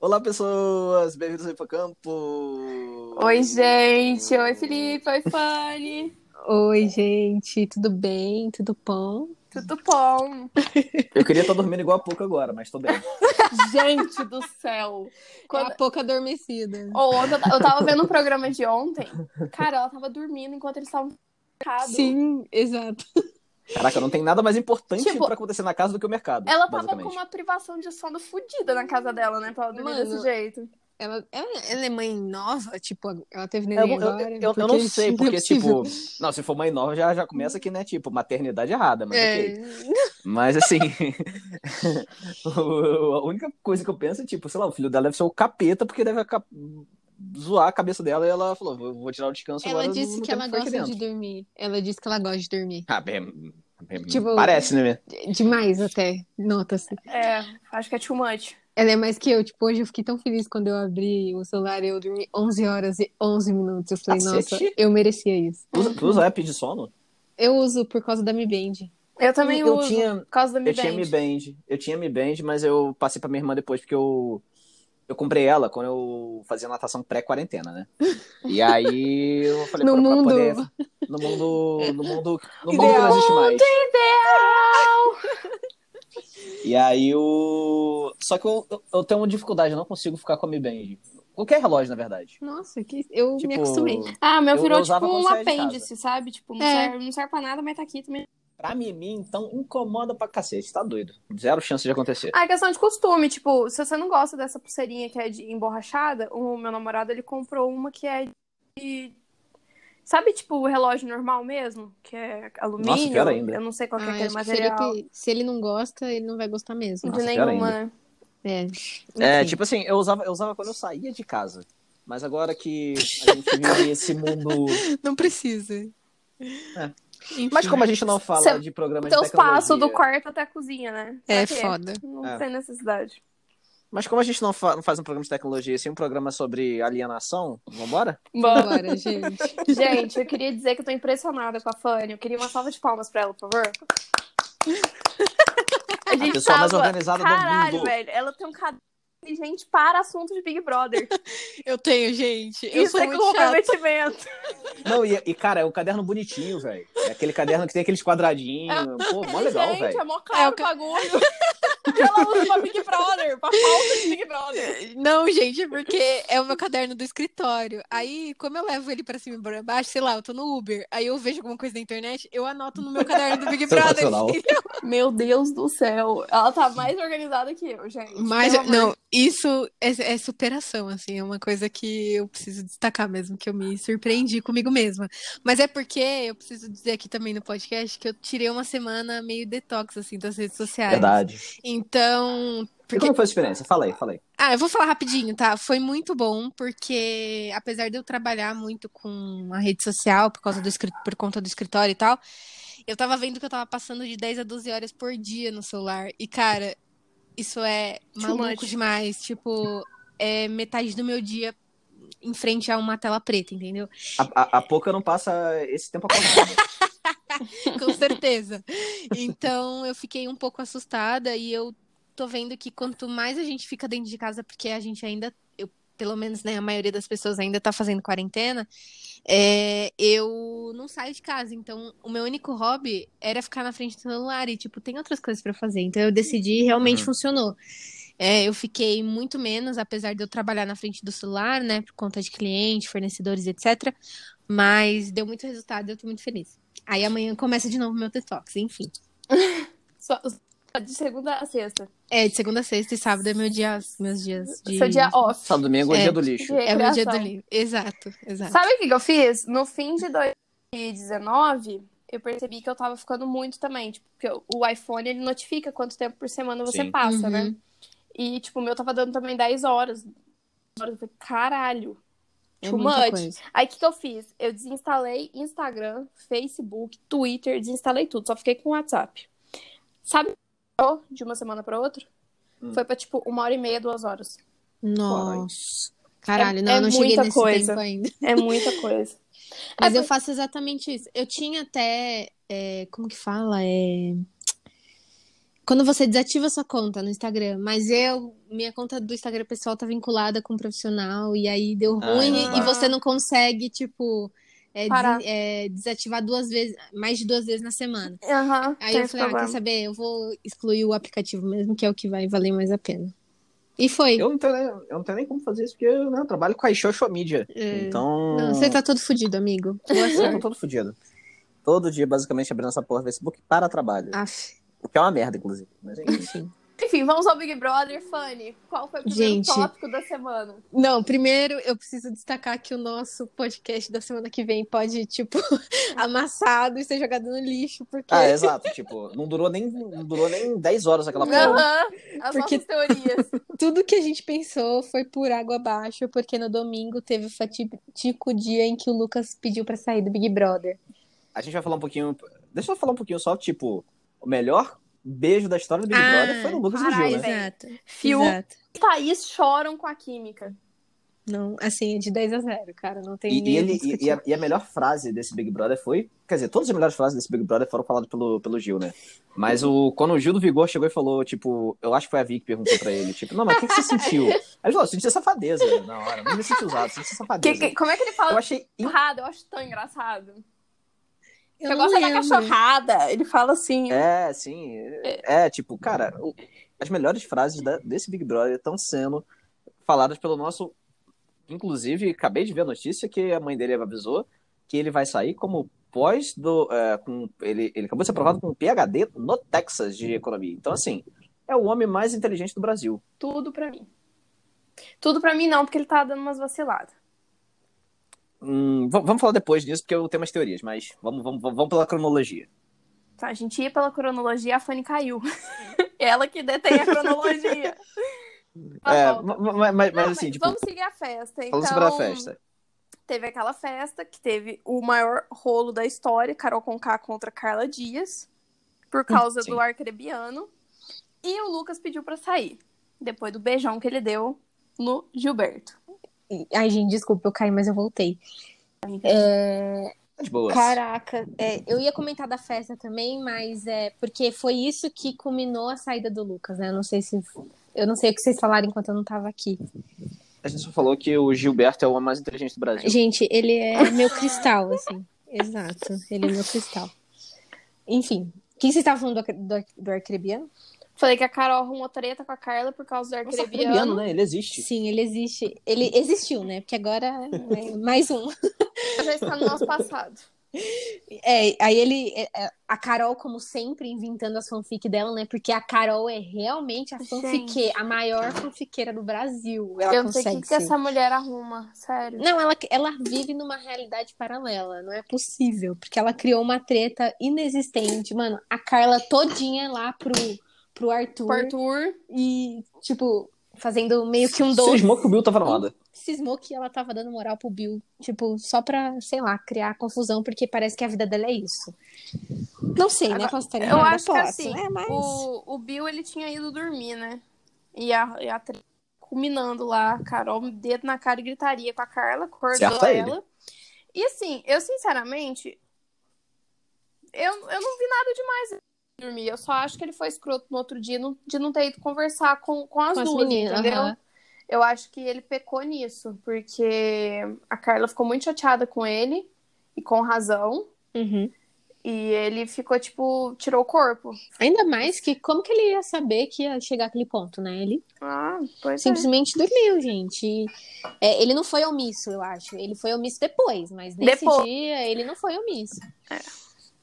Olá, pessoas! Bem-vindos ao Infocampo! Oi, gente! Oi, Felipe! Oi, Fanny! Oi, gente, tudo bem? Tudo bom? Tudo bom? Eu queria estar dormindo igual a pouco agora, mas tô bem. Gente do céu! Quando... Quando... É a pouco adormecida. Ou ontem, eu ta- eu tava vendo um programa de ontem. Cara, ela tava dormindo enquanto eles estavam mercado. Sim, exato. Caraca, não tem nada mais importante Tipo, pra acontecer na casa do que o mercado. Ela tava com basicamente. uma privação de sono fodida na casa dela, né? Pra ela dormir Mano, desse jeito. Ela, ela, ela é mãe nova, tipo, ela teve É, Eu, neném não- eu- agora. eu- eu não Porque sei, é porque, possível. tipo, não, se for mãe nova já, já começa aqui, né? Tipo, maternidade errada, mas ok. É, Mas assim, o- a única coisa que eu penso é, tipo, sei lá, o filho dela deve ser o capeta, porque deve aca- zoar a cabeça dela e ela falou: vou, vou tirar o descanso agora. ela no- disse no que tempo ela foi aqui gosta de dentro." dormir. Ela disse que ela gosta de dormir. Ah, bem, bem- Tipo- parece, né? Demais até, nota-se. É, acho que é too much. Ela é mais que eu, tipo, hoje eu fiquei tão feliz quando eu abri o celular e eu dormi 11 horas e 11 minutos. Eu falei, Cacete. nossa, eu merecia isso. Tu usa, tu usa app de sono? Eu uso por causa da Mi Band. Eu também eu uso. tinha, Por causa da Mi eu tinha Mi Band. Band. Eu tinha Mi Band, mas eu passei pra minha irmã depois, porque eu, eu comprei ela quando eu fazia natação pré-quarentena, né? E aí eu falei No pra, pra mundo- poder. No mundo. No mundo. No mundo que Ideal. não existe mais. E aí o. Só que eu, eu- eu tenho uma dificuldade, eu não consigo ficar com a Mi Band. Qualquer relógio, na verdade. Nossa, que eu me Tipo, acostumei. Ah, meu Eu- virou eu tipo usava quando um saía de casa. apêndice, sabe? Tipo, não, É. serve, não serve pra nada, mas tá aqui também. pra mim, então, incomoda pra cacete, tá doido. Zero chance de acontecer. Ah, é questão de costume, tipo, se você não gosta dessa pulseirinha que é de emborrachada, o meu namorado, ele comprou uma que é de... Sabe, tipo, o relógio normal mesmo? Que é alumínio? Nossa, pior ainda. Eu não sei qual que é Ah, aquele acho que material. Uhum. Felipe, se ele não gosta, ele não vai gostar mesmo. Nossa, de pior nenhuma. É, É, enfim. tipo assim, eu usava, eu usava quando eu saía de casa. Mas agora que a gente vive esse mundo. Não precisa. É. Enfim. Mas como a gente não fala Cê- de programas de Teus tecnologia. Então, passos do quarto até a cozinha, né? Pra É quê? foda. Não É. tem necessidade. Mas como a gente não, fa- não faz um programa de tecnologia, sim, um programa sobre alienação, vambora? Bom, Bora, gente. gente, eu queria dizer que eu tô impressionada com a Fanny. Eu queria uma salva de palmas pra ela, por favor. A gente pessoa mais tava- organizada do Caralho, mundo. velho. Ela tem um caderno de gente para assunto de Big Brother. Eu tenho, gente. Eu Isso sou é muito chata. comprometimento. Não, e, e, cara, é um caderno bonitinho, velho. É aquele caderno que tem aqueles quadradinhos. Pô, mó legal, gente, velho. é mó caro É, o o bagulho. E ela usa pra Big Brother, pra falta de Big Brother. Não, gente, é porque é o meu caderno do escritório. Aí, como eu levo ele pra cima e pra baixo, sei lá, eu tô no Uber, aí eu vejo alguma coisa na internet, eu anoto no meu caderno do Big Brother. Sensacional. Meu Deus do céu. Ela tá mais organizada que eu, gente. Mas, Pelo amor não, isso é, é superação, assim, é uma coisa que eu preciso destacar mesmo, que eu me surpreendi comigo mesma. Mas é porque eu preciso dizer aqui também no podcast que eu tirei uma semana meio detox, assim, das redes sociais. Verdade. Então, E porque como foi a experiência? Fala aí, fala aí. Ah, eu vou falar rapidinho, tá? Foi muito bom, porque apesar de eu trabalhar muito com a rede social por causa do escri- por conta do escritório e tal, eu tava vendo que eu tava passando de 10 a 12 horas por dia no celular. E, cara, isso é Too maluco much. demais. Tipo, é metade do meu dia em frente a uma tela preta, entendeu? A, a, a pouca não passa esse tempo acordado. Com certeza. Então, eu fiquei um pouco assustada e eu tô vendo que quanto mais a gente fica dentro de casa, porque a gente ainda, eu, pelo menos, né, a maioria das pessoas ainda tá fazendo quarentena, é, eu não saio de casa. Então, o meu único hobby era ficar na frente do celular e, tipo, tem outras coisas pra fazer. Então, eu decidi e realmente Uhum. funcionou. É, eu fiquei muito menos, apesar de eu trabalhar na frente do celular, né, por conta de cliente, fornecedores, etc. Mas deu muito resultado e eu tô muito feliz. Aí amanhã começa de novo meu detox, enfim. Só- só de segunda a sexta. É, de segunda a sexta e sábado é meu dia, meus dias de... Seu dia off. Só domingo é o É. dia do lixo. É o meu dia do Recreação. livro. Exato, É. exato. Sabe o que, que eu fiz? No fim de 2019, eu percebi que eu tava ficando muito também. Tipo, porque o iPhone, ele notifica quanto tempo por semana você Sim. passa, Uhum. né? E, tipo, o meu tava dando também 10 horas. 10 horas. Eu falei, caralho. É Too muita much. coisa. Aí, o que, que eu fiz? Eu desinstalei Instagram, Facebook, Twitter, desinstalei tudo. Só fiquei com o WhatsApp. Sabe o que eu- de uma semana pra outra? Hum. Foi pra, tipo, uma hora e meia, duas horas. Nossa. Caralho, não, É- é eu não cheguei muita nesse coisa. tempo ainda. É muita coisa. Mas É, eu faço exatamente isso. Eu tinha até. é, como que fala? É. Quando você desativa sua conta no Instagram, mas eu minha conta do Instagram pessoal tá vinculada com um profissional e aí deu Ah, ruim não e vai. você não consegue, tipo, é, Parar. des- é, desativar duas vezes, mais de duas vezes na semana. Aham, Aí tem eu esse falei, ah, quer problema. saber? Eu vou excluir o aplicativo mesmo, que é o que vai valer mais a pena. E foi. Eu não, tenho, nem- eu não tenho nem como fazer isso, porque eu, né, eu trabalho com a social media. É. Então. Não, você tá todo fudido, amigo. Boa Eu tô sorte. todo fudido. Todo dia, basicamente, abrindo essa porra do Facebook para trabalho. Aff, O que é uma merda, inclusive. Mas, enfim. enfim. Enfim, vamos ao Big Brother, Fanny. Qual foi o primeiro Gente. tópico da semana? Não, primeiro eu preciso destacar que o nosso podcast da semana que vem pode, tipo, amassado e ser jogado no lixo, porque. ah, exato. Tipo, não durou nem, não durou nem 10 horas aquela porra. Aham, as Porque- nossas teorias. Tudo que a gente pensou foi por água abaixo, porque no domingo teve o fatídico dia em que o Lucas pediu pra sair do Big Brother. A gente vai falar um pouquinho. Deixa eu falar um pouquinho só, tipo, o melhor beijo da história do Big Ah, Brother foi no Lucas e no caralho, Gil, né? velho. Exato. Fiu Exato. e Thaís choram com a química. Não, assim, é de 10 a 0, cara. Não tem E, e nem o que ele, e, discutir. e a, e a melhor frase desse Big Brother foi. Quer dizer, todas as melhores frases desse Big Brother foram faladas pelo, pelo Gil, né? Mas o, quando o Gil do Vigor chegou e falou, tipo, eu acho que foi a Vi que perguntou pra ele, tipo, não, mas o que, que você sentiu? Aí ele falou, eu senti safadeza na hora, não me senti usado, senti Que- safadeza. que- como é que ele Eu fala achei. in- engraçado? Eu acho tão engraçado. eu Eu não gosto da lembro. cachorrada. Ele fala assim. É, sim. É, é, tipo, cara, o- as melhores frases da- desse Big Brother estão sendo faladas pelo nosso. Inclusive, acabei de ver a notícia que a mãe dele avisou que ele vai sair como pós do. é, com, ele, ele acabou de ser aprovado com um PhD no Texas de economia. Então, assim, é o homem mais inteligente do Brasil. Tudo pra mim. Tudo pra mim não, porque ele tá dando umas vaciladas. Hum, va- vamos falar depois disso, porque eu tenho umas teorias, mas vamos, vamos, vamos vamos pela cronologia. Tá, a gente ia pela cronologia, a Fanny caiu. Ela que detém a cronologia. Ela É, volta. ma- ma- ma- mas, tá Não, mas assim, tipo, vamos seguir a festa. Então, falando sobre a festa. teve aquela festa que teve o maior rolo da história, Carol Conká contra Carla Dias, por causa Hum, sim. do arcrebiano. E o Lucas pediu pra sair, depois do beijão que ele deu no Gilberto. Ai, gente, desculpa, eu caí, mas eu voltei. Tá de boas. Caraca, é, eu ia comentar da festa também, mas é porque foi isso que culminou a saída do Lucas, né? Eu não sei se. Eu não sei o que vocês falaram enquanto eu não tava aqui. A gente só falou que o Gilberto é o homem mais inteligente do Brasil. Gente, ele é meu cristal, assim. Exato, ele é meu cristal. Enfim, quem vocês estavam falando do, acre- do, ac- do arcrebiano? Falei que a Carol arrumou treta com a Carla por causa do Nossa, arcrebiano. Arcrebiano, né? Ele existe. Sim, ele existe. Ele existiu, né? Porque agora é mais um. Já está no nosso passado. É, aí ele. é, é, A Carol, como sempre, inventando as fanfic dela, né? Porque a Carol é realmente a fanfique, a maior fanfiqueira do Brasil. Ela eu não sei o que, consegue que ser. essa mulher arruma, sério. Não, ela, ela vive numa realidade paralela. Não é possível. Porque ela criou uma treta inexistente. Mano, a Carla todinha lá pro, pro Arthur. O Arthur. E, tipo, fazendo meio que um doce. Cismou que o Bill tava na moda. Cismou que ela tava dando moral pro Bill. Tipo, só pra, sei lá, criar confusão. Porque parece que a vida dela é isso. Não sei, né? Agora, Posso estar eu errada? acho que Posso, assim, né? Mas... O, o Bill, ele tinha ido dormir, né? E a, e a tre- culminando lá, a Carol, um dedo na cara e gritaria com a Carla, acordou Certo é ele. ela. E assim, eu sinceramente, eu, eu não vi nada demais em dormir. Eu só acho que ele foi escroto no outro dia não- de não ter ido conversar com, com as Com as duas, meninas, entendeu? aham. Eu acho que ele pecou nisso, porque a Carla ficou muito chateada com ele, e com razão. Uhum. E ele ficou, tipo, tirou o corpo. Ainda mais que como que ele ia saber que ia chegar àquele ponto, né? Ele Ah, pois simplesmente dormiu, gente. E, é, ele não foi omisso, eu acho. Ele foi omisso depois, mas nesse Depois. dia ele não foi omisso. É.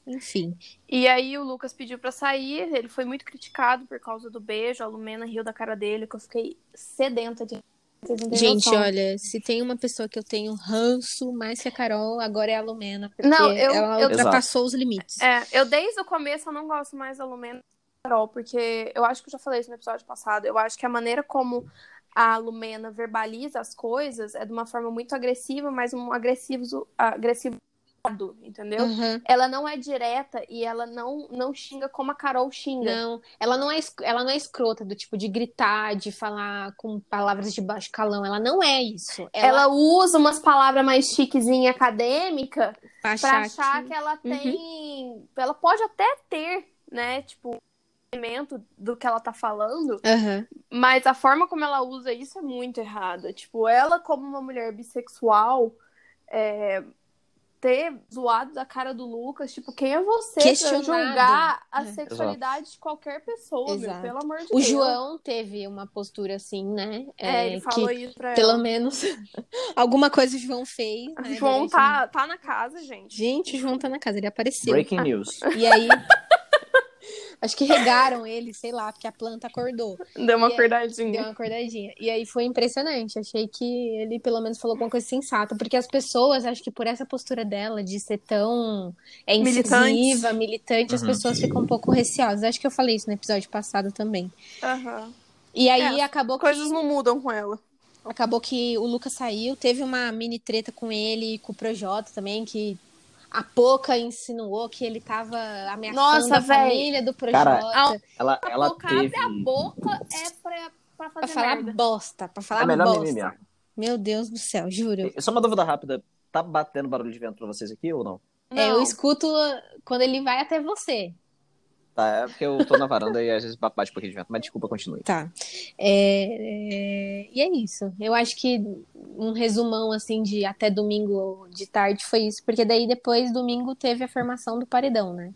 Enfim. E aí o Lucas pediu pra sair, ele foi muito criticado por causa do beijo, a Lumena riu da cara dele, que eu fiquei sedenta de... Vocês não têm Gente, noção. olha, se tem uma pessoa que eu tenho ranço mais que a Carol, agora é a Lumena. Porque Não, eu- ela eu- ultrapassou os limites. É, eu desde o começo eu não gosto mais da Lumena e da Carol, porque eu acho que eu já falei isso no episódio passado, eu acho que a maneira como a Lumena verbaliza as coisas é de uma forma muito agressiva, mas um agressivo, agressivo entendeu? Uhum. Ela não é direta e ela não, não xinga como a Carol xinga. Não, ela não, é, esc- ela não é escrota do tipo de gritar, de falar com palavras de baixo calão. Ela não é isso. Ela usa umas palavras mais chiquezinha acadêmica pra pra achar Uhum. achar que, ela tem. Ela pode até ter, né? Tipo, entendimento do que ela tá falando, Aham. mas a forma como ela usa isso é muito errada. Tipo, ela, como uma mulher bissexual, é, ter zoado da cara do Lucas, tipo, quem é você pra Questionado. julgar a É. sexualidade de qualquer pessoa, meu, Exato. pelo amor de O Deus. João teve uma postura assim, né? É, ele que, falou isso pra pelo ela. menos, alguma coisa o João fez. né, O João durante- tá, tá na casa, gente. Gente, o João tá na casa, ele apareceu. Breaking news. E aí. Acho que regaram ele, sei lá, porque a planta acordou. Deu uma E é, aí, acordadinha. Deu uma acordadinha. E aí foi impressionante. Achei que ele pelo menos falou alguma coisa sensata. Porque as pessoas, acho que por essa postura dela de ser tão é, incisiva, Militante. militante, as Uhum. pessoas ficam um pouco receosas. Acho que eu falei isso no episódio passado também. Aham. E aí É, acabou que Coisas não mudam com ela. Acabou que o Lucas saiu, teve uma mini treta com ele e com o Projota também, que a Poca insinuou que ele tava ameaçando Nossa, a véi. família do Projota Cara, Ela, Tá A ela boca teve. abre a boca é pra, pra fazer pra falar merda. bosta, pra falar É melhor bosta. mimimi mesmo. Meu Deus do céu, juro. E- Só uma dúvida rápida. Tá batendo barulho de vento pra vocês aqui ou não? É, eu Não. escuto quando ele vai até você. Tá, é porque eu tô na varanda e às vezes bate um pouquinho de vento. Mas desculpa, continue. Tá. É, é, E é isso. Eu acho que um resumão assim de até domingo de tarde foi isso, porque daí depois domingo teve a formação do paredão, né?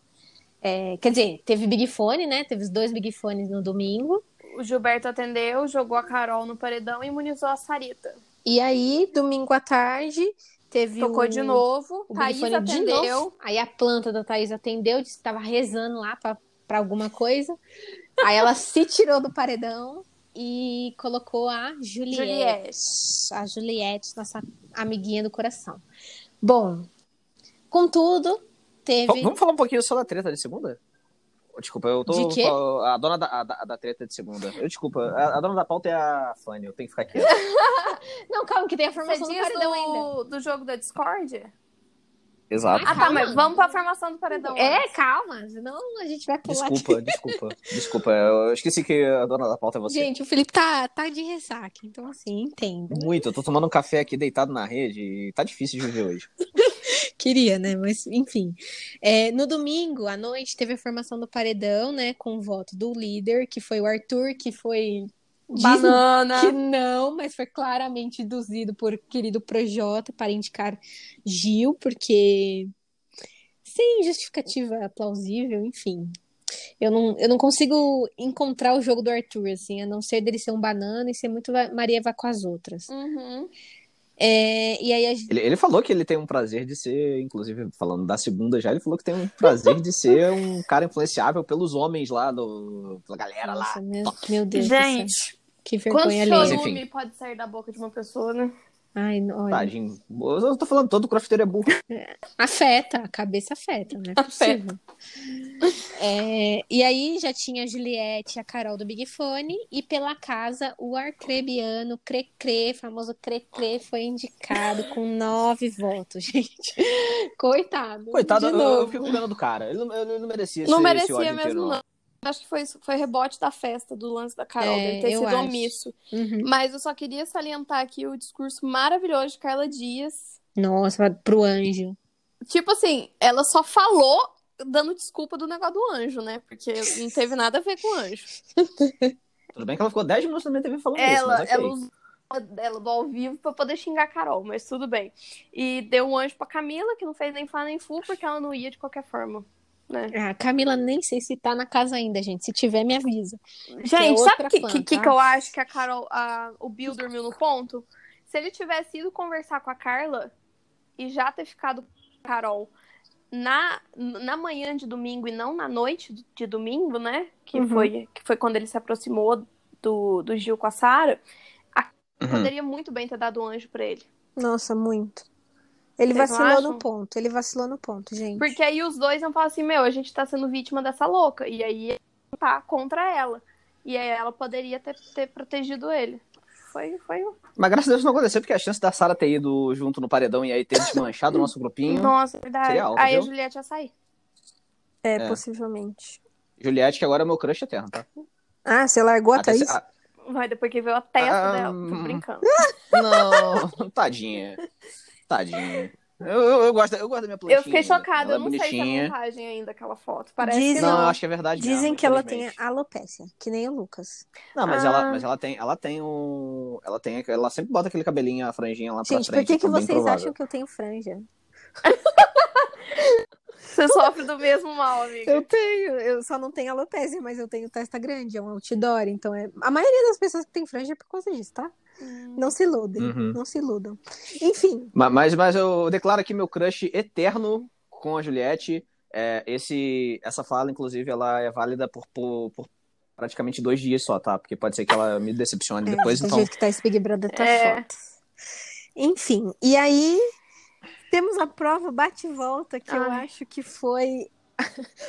É, quer dizer, teve Big Fone, né? Teve os dois Big Fones no domingo. O Gilberto atendeu, jogou a Carol no paredão e imunizou a Sarita. E aí, domingo à tarde, teve Tocou o- de novo, o Big Thaís Fone de atendeu. novo. Aí a planta da Thaís atendeu, disse que tava rezando lá pra, pra alguma coisa. aí ela se tirou do paredão e colocou a Juliette. a Juliette, nossa amiguinha do coração. Bom, contudo, V- teve. Vamos falar um pouquinho só da treta de segunda? Desculpa, eu tô. De quê? fal- A dona da, a da- da treta de segunda. Eu desculpa. A, a dona da pauta é a Fanny, eu tenho que ficar aqui. Não, calma, que tem a Você formação do diz paredão do, ainda. do jogo da Discord? Exato. Ah, tá, Calma. mas vamos pra formação do paredão. né? É, calma, senão a gente vai pular. Desculpa, desculpa, desculpa. Eu esqueci que a dona da pauta é você. Gente, o Felipe tá, tá de ressaca, então assim, entenda. Muito, eu tô tomando um café aqui deitado na rede e tá difícil de viver hoje. Queria, né? Mas, enfim. É, no domingo, à noite, teve a formação do paredão, né? Com o voto do líder, que foi o Arthur, que foi. diz- Banana. que não, mas foi claramente induzido por querido Projota para indicar Gil, porque sem justificativa plausível, enfim. Eu não, eu não consigo encontrar o jogo do Arthur, assim, a não ser dele ser um banana e ser muito va- Maria vá com as outras. Uhum. É, e aí a Ele, ele falou que ele tem um prazer de ser, inclusive, falando da segunda já, ele falou que tem um prazer de ser um cara influenciável pelos homens lá, do, pela galera lá. Nossa, meu, meu Deus do céu, Gente, que quanto vergonha Mas, alheia. enfim. chorume pode sair da boca de uma pessoa, né? Ai, olha, Tadinho. Eu tô falando, todo crossfiteiro é burro. Afeta, a cabeça afeta, né? Afeta. É, e aí já tinha a Juliette, a Carol do Big Fone, e pela casa o arcrebiano Crecre, famoso Crecre, foi indicado com nove votos, gente. Coitado. Coitado, de eu, novo. eu fico com pena do cara. Ele não, ele não merecia esse, não esse merecia ódio inteiro, mesmo, não. Acho que foi, isso- foi rebote da festa, do lance da Carol, É, dele ter eu sido acho. omisso. Uhum. Mas eu só queria salientar aqui o discurso maravilhoso de Carla Dias. Nossa, pro anjo. Tipo assim, ela só falou dando desculpa do negócio do anjo, né? Porque não teve nada a ver com o anjo. Tudo bem que ela ficou 10 minutos na minha TV falando isso, Ela, mas ok. ela usou ela do ao vivo pra poder xingar a Carol, mas tudo bem. E deu um anjo pra Camila, que não fez nem fã nem fu, porque ela não ia de qualquer forma. Né? Ah, Camila, nem sei se tá na casa ainda, gente. Se tiver, me avisa. Gente, sabe é outra o que, fã, que, que tá? que eu acho que a Carol, a- o Bill dormiu no ponto? Se ele tivesse ido conversar com a Carla e já ter ficado com a Carol na, na manhã de domingo e não na noite de domingo, né? Que, Uhum. foi, que foi quando ele se aproximou do, do Gil com a Sara, Uhum. poderia muito bem ter dado um anjo pra ele. Nossa, muito. Ele Vocês não vacilou no acham? ponto, ele vacilou no ponto, gente. Porque aí os dois iam falar assim, meu, a gente tá sendo vítima dessa louca. E aí tá contra ela. E aí ela poderia ter, ter protegido ele. Foi, foi Mas graças a Deus não aconteceu, porque a chance da Sara ter ido junto no paredão e aí ter desmanchado o nosso grupinho. Nossa, verdade. Seria alto, Aí a é viu? Juliette ia sair. É. possivelmente. Juliette, que agora é meu crush eterno, tá? Ah, você largou a Até se- Thaís? ah, Vai, depois que veio a testa Ah, dela. Tô hum. brincando. não, tadinha. Tadinha. Eu, eu, eu gosto, eu gosto da minha plantinha. eu fiquei ainda. chocada, Ela eu não é sei se é bonitinha. montagem ainda aquela foto. Parece não, que Dizem- não. eu acho que é verdade. Dizem mesmo, que ela tem infelizmente. alopecia, que nem o Lucas. Não, mas, Ah. ela, mas ela tem, ela tem um. Ela tem ela sempre bota aquele cabelinho, a franjinha lá pra Gente, por frente. que, que então bem vocês provável. acham que eu tenho franja? Você sofre do mesmo mal, amiga. Eu tenho, eu só não tenho alopecia, mas eu tenho testa grande, é um outdoor, então é... A maioria das pessoas que tem franja é por causa disso, tá? Não se iludem, Uhum. não se iludam. Enfim, Ma- Mas, mas eu declaro aqui meu crush eterno com a Juliette. É, esse, essa fala, inclusive, ela é válida por, por- por praticamente dois dias só, tá? Porque pode ser que ela me decepcione é, depois, do então. jeito que tá esse Big Brother, tá É. foda. Enfim, e aí temos a prova bate-volta, que eu Ai. acho que foi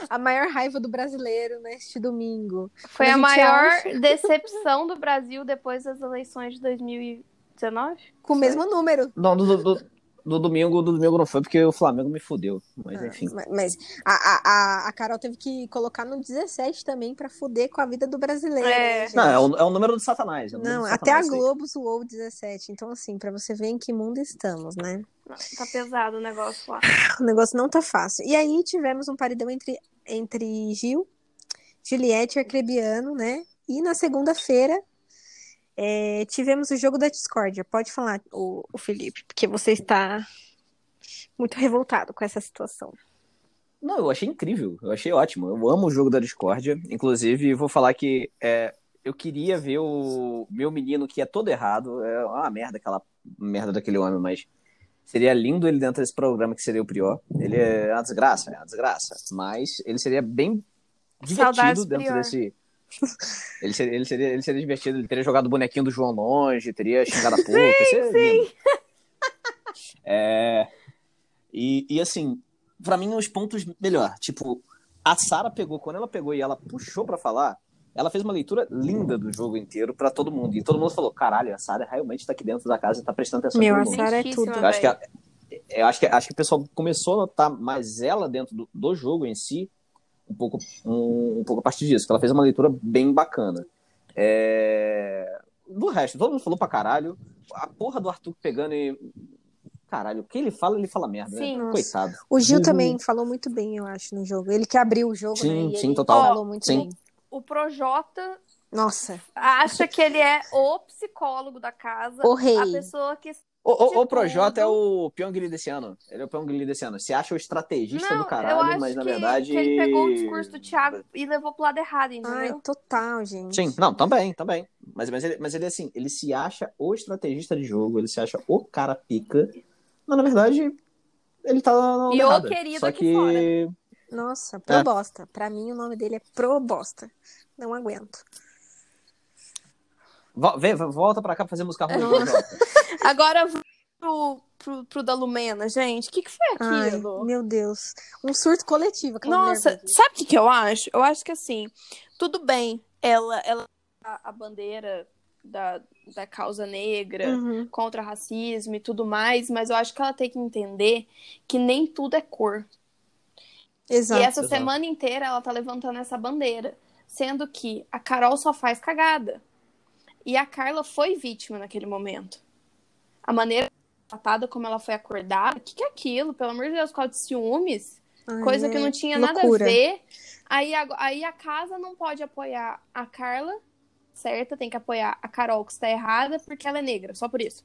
a maior raiva do brasileiro neste domingo. Foi a Mas a gente maior acha- decepção do Brasil depois das eleições de 2019? Com o mesmo número. Não, do, do- do- do domingo, do domingo não foi, porque o Flamengo me fudeu. Mas enfim. Mas- Mas a, a, a- a Carol teve que colocar no 17 também pra fuder com a vida do brasileiro. É. né, gente? Não, é o, é o número do Satanás. é o número Não, do até a Satanás, sei. Globo zoou o 17. Então, assim, pra você ver em que mundo estamos, né? Não, Tá pesado o negócio lá. O negócio não tá fácil. E aí tivemos um paredão entre, entre Gil, Juliette e Arcrebiano, né? E na segunda-feira é, tivemos o jogo da discórdia. Pode falar, o, o Felipe, porque você está muito revoltado com essa situação. Não, eu achei incrível, eu achei ótimo. Eu amo o jogo da discórdia. Inclusive, vou falar que é, eu queria ver o meu menino que é todo errado. É uma merda aquela merda daquele homem, mas seria lindo ele dentro desse programa que seria o Prior. Ele é uma desgraça, é uma desgraça. Mas ele seria bem divertido Saudades dentro Prior. desse. Ele seria, ele, seria, ele seria divertido, ele teria jogado o bonequinho do João longe, teria xingado a porca. seria lindo. É, e, e assim, pra mim, os pontos melhor. Tipo, a Sara pegou, quando ela pegou e ela puxou pra falar, ela fez uma leitura linda do jogo inteiro pra todo mundo. E todo mundo falou: caralho, a Sara realmente tá aqui dentro da casa e tá prestando atenção em Meu, todo a mundo. Sara é Lentíssima, tudo. Eu acho que, velho. a- é, eu acho que, acho que o pessoal começou a notar mais ela dentro do, do jogo em si, um pouco, um, um pouco a partir disso, que ela fez uma leitura bem bacana. É... Do resto, todo mundo falou pra caralho. A porra do Arthur pegando e. Caralho, o que ele fala, ele fala merda, Sim, né? nossa. Coitado. O Gil Gil- também falou muito bem, eu acho, no jogo. Ele que abriu o jogo, Sim, né? E sim, ele total. falou muito Sim. bem. O Projota Nossa, acha que ele é o psicólogo da casa. o rei. A pessoa que. O, o, Tipo, o Projota é do- o Pyongyi desse ano. Ele é o Pyongyi desse ano. Se acha o estrategista Não, do eu caralho, acho mas na que, verdade. que ele pegou o discurso do Thiago e levou pro lado errado, Ai, entendeu? total, gente. Sim, não, também, também. Mas, mas, ele, mas ele, assim, ele se acha o estrategista de jogo, ele se acha o cara pica. Mas, na verdade, ele tá na E onda o errada. querido Só aqui que... fora. É. Nossa, probosta. Pra mim, o nome dele é probosta. Não aguento. Vo- vê, vo- volta pra cá pra fazer música ruim. Nossa. Projota. Agora vamos pro, pro, pro da Lumena, gente. O que, que foi Ai, aquilo? meu Deus. Um surto coletivo. aquela Nossa, mulher. sabe o que, que eu acho? Eu acho que assim, tudo bem, ela, ela tá a, a bandeira da, da causa negra Uhum. contra racismo e tudo mais, mas eu acho que ela tem que entender que nem tudo é cor. Exato. E essa Exato. semana inteira ela tá levantando essa bandeira, sendo que a Carol só faz cagada. E a Carla foi vítima naquele momento. A maneira tratada como ela foi acordada, o que, que é aquilo? Pelo amor de Deus, qual de ciúmes? Ai, coisa que é não tinha nada loucura. a ver. Aí a, aí a casa não pode apoiar a Carla, certa? Tem que apoiar a Carol, que está errada, porque ela é negra, só por isso.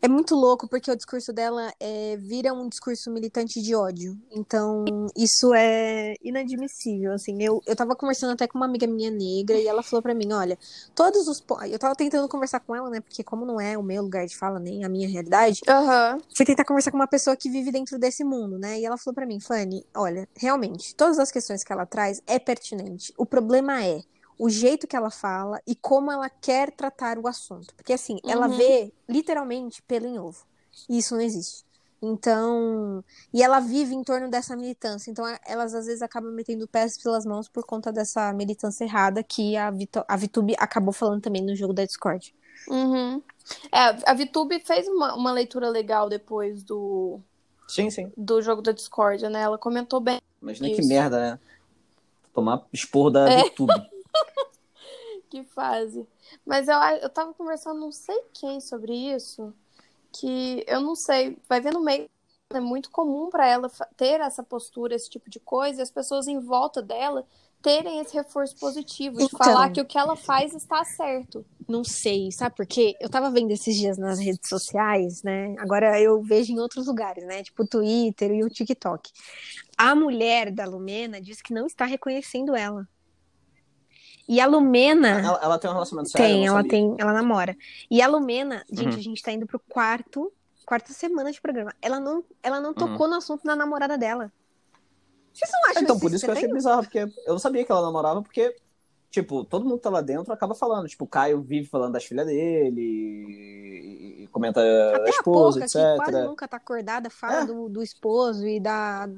É muito louco porque o discurso dela é, vira um discurso militante de ódio. Então, isso é inadmissível, assim. Eu, eu tava conversando até com uma amiga minha negra e ela falou pra mim, olha, todos os... po- Eu tava tentando conversar com ela, né? Porque como não é o meu lugar de fala, nem a minha realidade, Aham. fui tentar conversar com uma pessoa que vive dentro desse mundo, né? E ela falou pra mim, Fanny, olha, realmente, todas as questões que ela traz é pertinente. O problema é o jeito que ela fala e como ela quer tratar o assunto. Porque assim, ela Uhum. vê literalmente pelo em ovo. E isso não existe. Então, e ela vive em torno dessa militância. Então, a- elas às vezes acabam metendo pés pelas mãos por conta dessa militância errada que a, Vito, a Vitube acabou falando também no jogo da Discord. Uhum. É, a Vitube fez uma, uma leitura legal depois do, Sim, sim. do jojogo da Discordia, né? Ela comentou bem. Imagina que Isso. merda, né? Tomar esporro da É. YouTube. Que fase. Mas eu, a- eu tava conversando não sei quem sobre isso. que eu não sei, vai ver no meio, é muito comum para ela fa- ter essa postura, esse tipo de coisa, e as pessoas em volta dela terem esse reforço positivo de Então. falar que o que ela faz está certo. Não sei, sabe por quê? Eu tava vendo esses dias nas redes sociais, né? Agora eu vejo em outros lugares, né? Tipo o Twitter e o TikTok. A mulher da Lumena diz que não está reconhecendo ela. E a Lumena. Ela, ela tem um relacionamento sério? Tem, eu não ela sabia. tem, ela namora. E a Lumena, gente, Uhum. a gente tá indo pro quarto, quarta semana de programa. Ela não, ela Uhum. não tocou no assunto da namorada dela. Vocês não acham assim Então, isso por isso que eu achei estranho? bizarro, porque eu não sabia que ela namorava, porque, tipo, todo mundo que tá lá dentro acaba falando. Tipo, o Caio vive falando das filhas dele, e, e comenta da Até a esposa, pouca, etc. que quase nunca tá acordada, fala É. do, do esposo e da.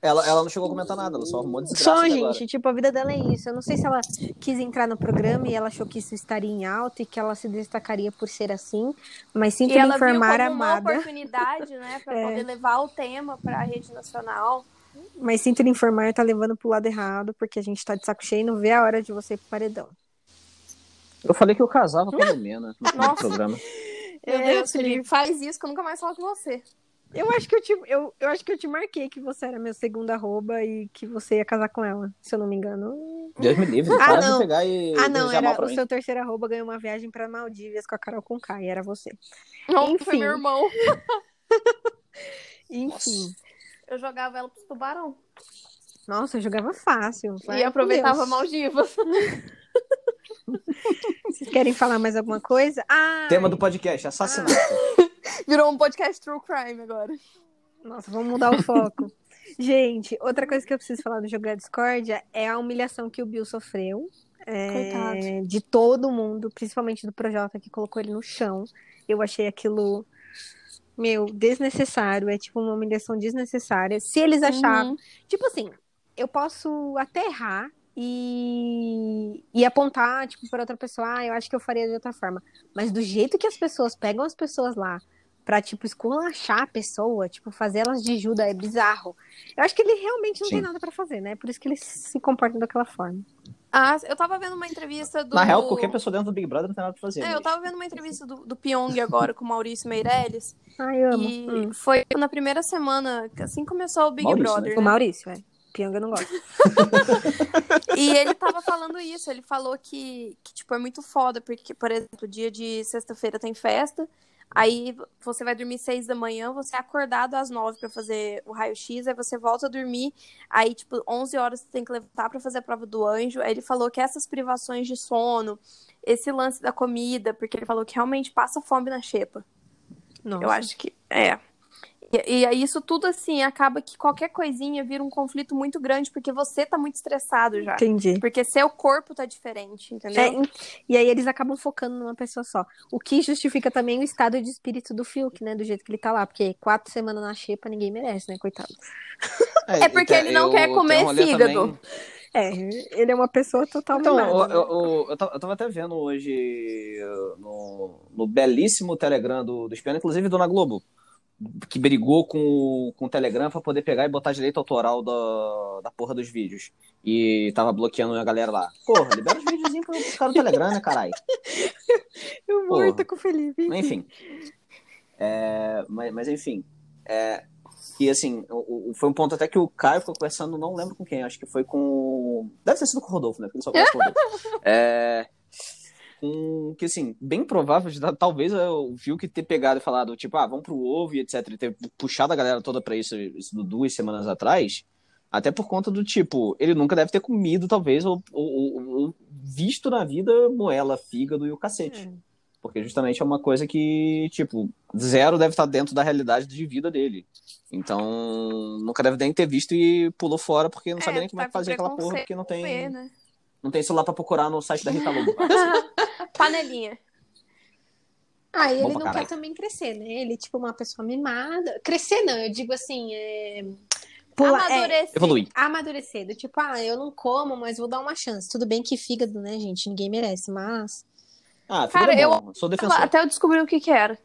Ela, ela não chegou a comentar nada, ela só arrumou desgraça Só, até gente, agora. tipo, a vida dela é isso. Eu não sei se ela quis entrar no programa e ela achou que isso estaria em alta e que ela se destacaria por ser assim. Mas sinto E lhe ela viu como informar, uma amada. oportunidade, né, para É. poder levar o tema para a rede nacional. Mas sinto lhe informar, tá levando pro lado errado, porque a gente tá de saco cheio e não vê a hora de você ir pro paredão. Eu falei que eu casava com a Lumena no primeiro programa. Meu É, Deus, Felipe. Felipe, faz isso que eu nunca mais falo com você. Eu acho que eu te, eu, eu acho que eu te marquei que você era meu segundo arroba e que você ia casar com ela, se eu não me engano. Deus me livre, Ah, para de não. pegar e Ah, não, desejar mal era pra o mim. seu terceiro arroba ganhou uma viagem pra Maldívias com a Carol Conká, e era você. Não, foi Enfim. meu irmão. Enfim. Eu jogava ela pro tubarão. Nossa, eu jogava fácil. vai e com aproveitava Deus. Maldivas. Vocês querem falar mais alguma coisa? Ah! Tema do podcast, assassinato. Virou um podcast True Crime agora. Nossa, vamos mudar o foco. Gente, outra coisa que eu preciso falar do Jogar Discórdia é a humilhação que o Bill sofreu. é, Coitado. De todo mundo, principalmente do Projota, que colocou ele no chão. Eu achei aquilo, meu, desnecessário. É tipo uma humilhação desnecessária. Se eles é achavam. Tipo assim, eu posso até errar e, e apontar, tipo, para outra pessoa, ah, eu acho que eu faria de outra forma. Mas do jeito que as pessoas pegam as pessoas lá pra, tipo, esculachar a pessoa, tipo, fazer elas de Judas é bizarro. Eu acho que ele realmente não Sim. tem nada pra fazer, né? Por isso que ele se comporta daquela forma. Ah, eu tava vendo uma entrevista do. Na real, qualquer pessoa dentro do Big Brother não tem nada pra fazer. É, eu mesmo. tava vendo uma entrevista do, do Pyong agora com o Maurício Meirelles. Ai, eu amo. E Hum. foi na primeira semana, que assim começou o Big Maurício, Brother. O né? Maurício, é. Pyong eu não gosto. E ele tava falando isso, ele falou que, que, tipo, é muito foda, porque, por exemplo, dia de sexta-feira tem festa, aí você vai dormir seis da manhã, você é acordado às nove pra fazer o raio-x, aí você volta a dormir, aí, tipo, onze horas você tem que levantar pra fazer a prova do anjo. Aí ele falou que essas privações de sono, esse lance da comida, porque ele falou que realmente passa fome na xepa. Nossa. Eu acho que é. E, e aí isso tudo assim acaba que qualquer coisinha vira um conflito muito grande porque você tá muito estressado já. Entendi. Porque seu corpo tá diferente, entendeu? É, e aí eles acabam focando numa pessoa só. O que justifica também o estado de espírito do Fiuk, né? Do jeito que ele tá lá. Porque quatro semanas na xepa ninguém merece, né? Coitado. É porque e ele não eu quer tenho comer um rolê fígado. também- É, ele é uma pessoa total Então, mimada, eu, né? eu, eu- eu tava, eu tava até vendo hoje eh, no, no belíssimo Telegram do, do Espião, inclusive Dona Globo, que brigou com, o- com o Telegram pra poder pegar e botar direito autoral da, da porra dos vídeos. E tava bloqueando a galera lá. Porra, libera os videozinhos pro pro cara do Telegram, né, caralho? Eu Pô. morto com o Felipe. Enfim. É, mas, mas enfim. É, e assim, o- o- foi um ponto até que o Caio ficou conversando, não lembro com quem, acho que foi com. Deve ter sido com o Rodolfo, né? Porque ele só conhece o Rodolfo. É, com, que assim, bem provável de dar- talvez eu viu que ter pegado e falado, tipo, ah, vamos pro ovo e etc. E ter puxado a galera toda pra isso, isso duas semanas atrás. Até por conta do tipo, ele nunca deve ter comido, talvez, ou, ou- ou- ou visto na vida moela, fígado e o cacete. Porque justamente é uma coisa que, tipo, zero deve estar dentro da realidade de vida dele. Então, nunca deve nem ter visto e pulou fora porque não sabia nem tá como é que fazia aquela porra, porque não tem, né? não tem celular pra procurar no site da Rita Lobo. Panelinha. Ah, e Bom ele pra não caralho. quer também crescer, né? Ele é tipo uma pessoa mimada. Crescer não, eu digo assim, é... Pular, é, Amadurecer. Evolui. amadurecer. Do tipo, ah, eu não como, mas vou dar uma chance. Tudo bem que fígado, né, gente? Ninguém merece, mas... Ah, filho Cara, é bom. Sou defensor. Até eu descobri o que que era.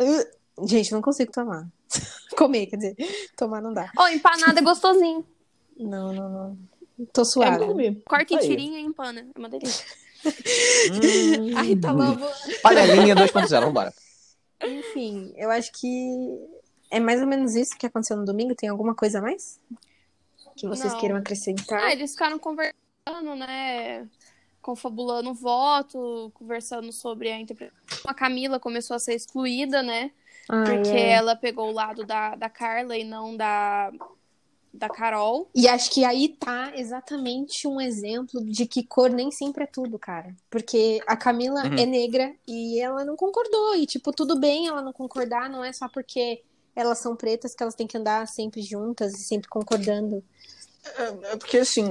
Uh, gente, não consigo tomar. Comer, quer dizer, tomar não dá. Ó, empanada é gostosinho. Não, não, não. Tô É suave. bom mesmo. Corta em Aí. tirinha e empana. É uma delícia. Hum. tá A Rita Lobo... Panelinha 2.0, vambora. Enfim, eu acho que é mais ou menos isso que aconteceu no domingo. Tem alguma coisa a mais que vocês Não. queiram Ah, acrescentar? eles ficaram conversando, né? Confabulando voto, conversando sobre a interpretação. A Camila começou a ser excluída, né? Ah, Porque é. ela pegou o lado da, da Carla e não da, da Carol. E acho que aí tá exatamente um exemplo de que cor nem sempre é tudo, cara. Porque a Camila Uhum. é negra e ela não concordou. E, tipo, tudo bem ela não concordar, não é só porque elas são pretas que elas têm que andar sempre juntas e sempre concordando. É porque, assim,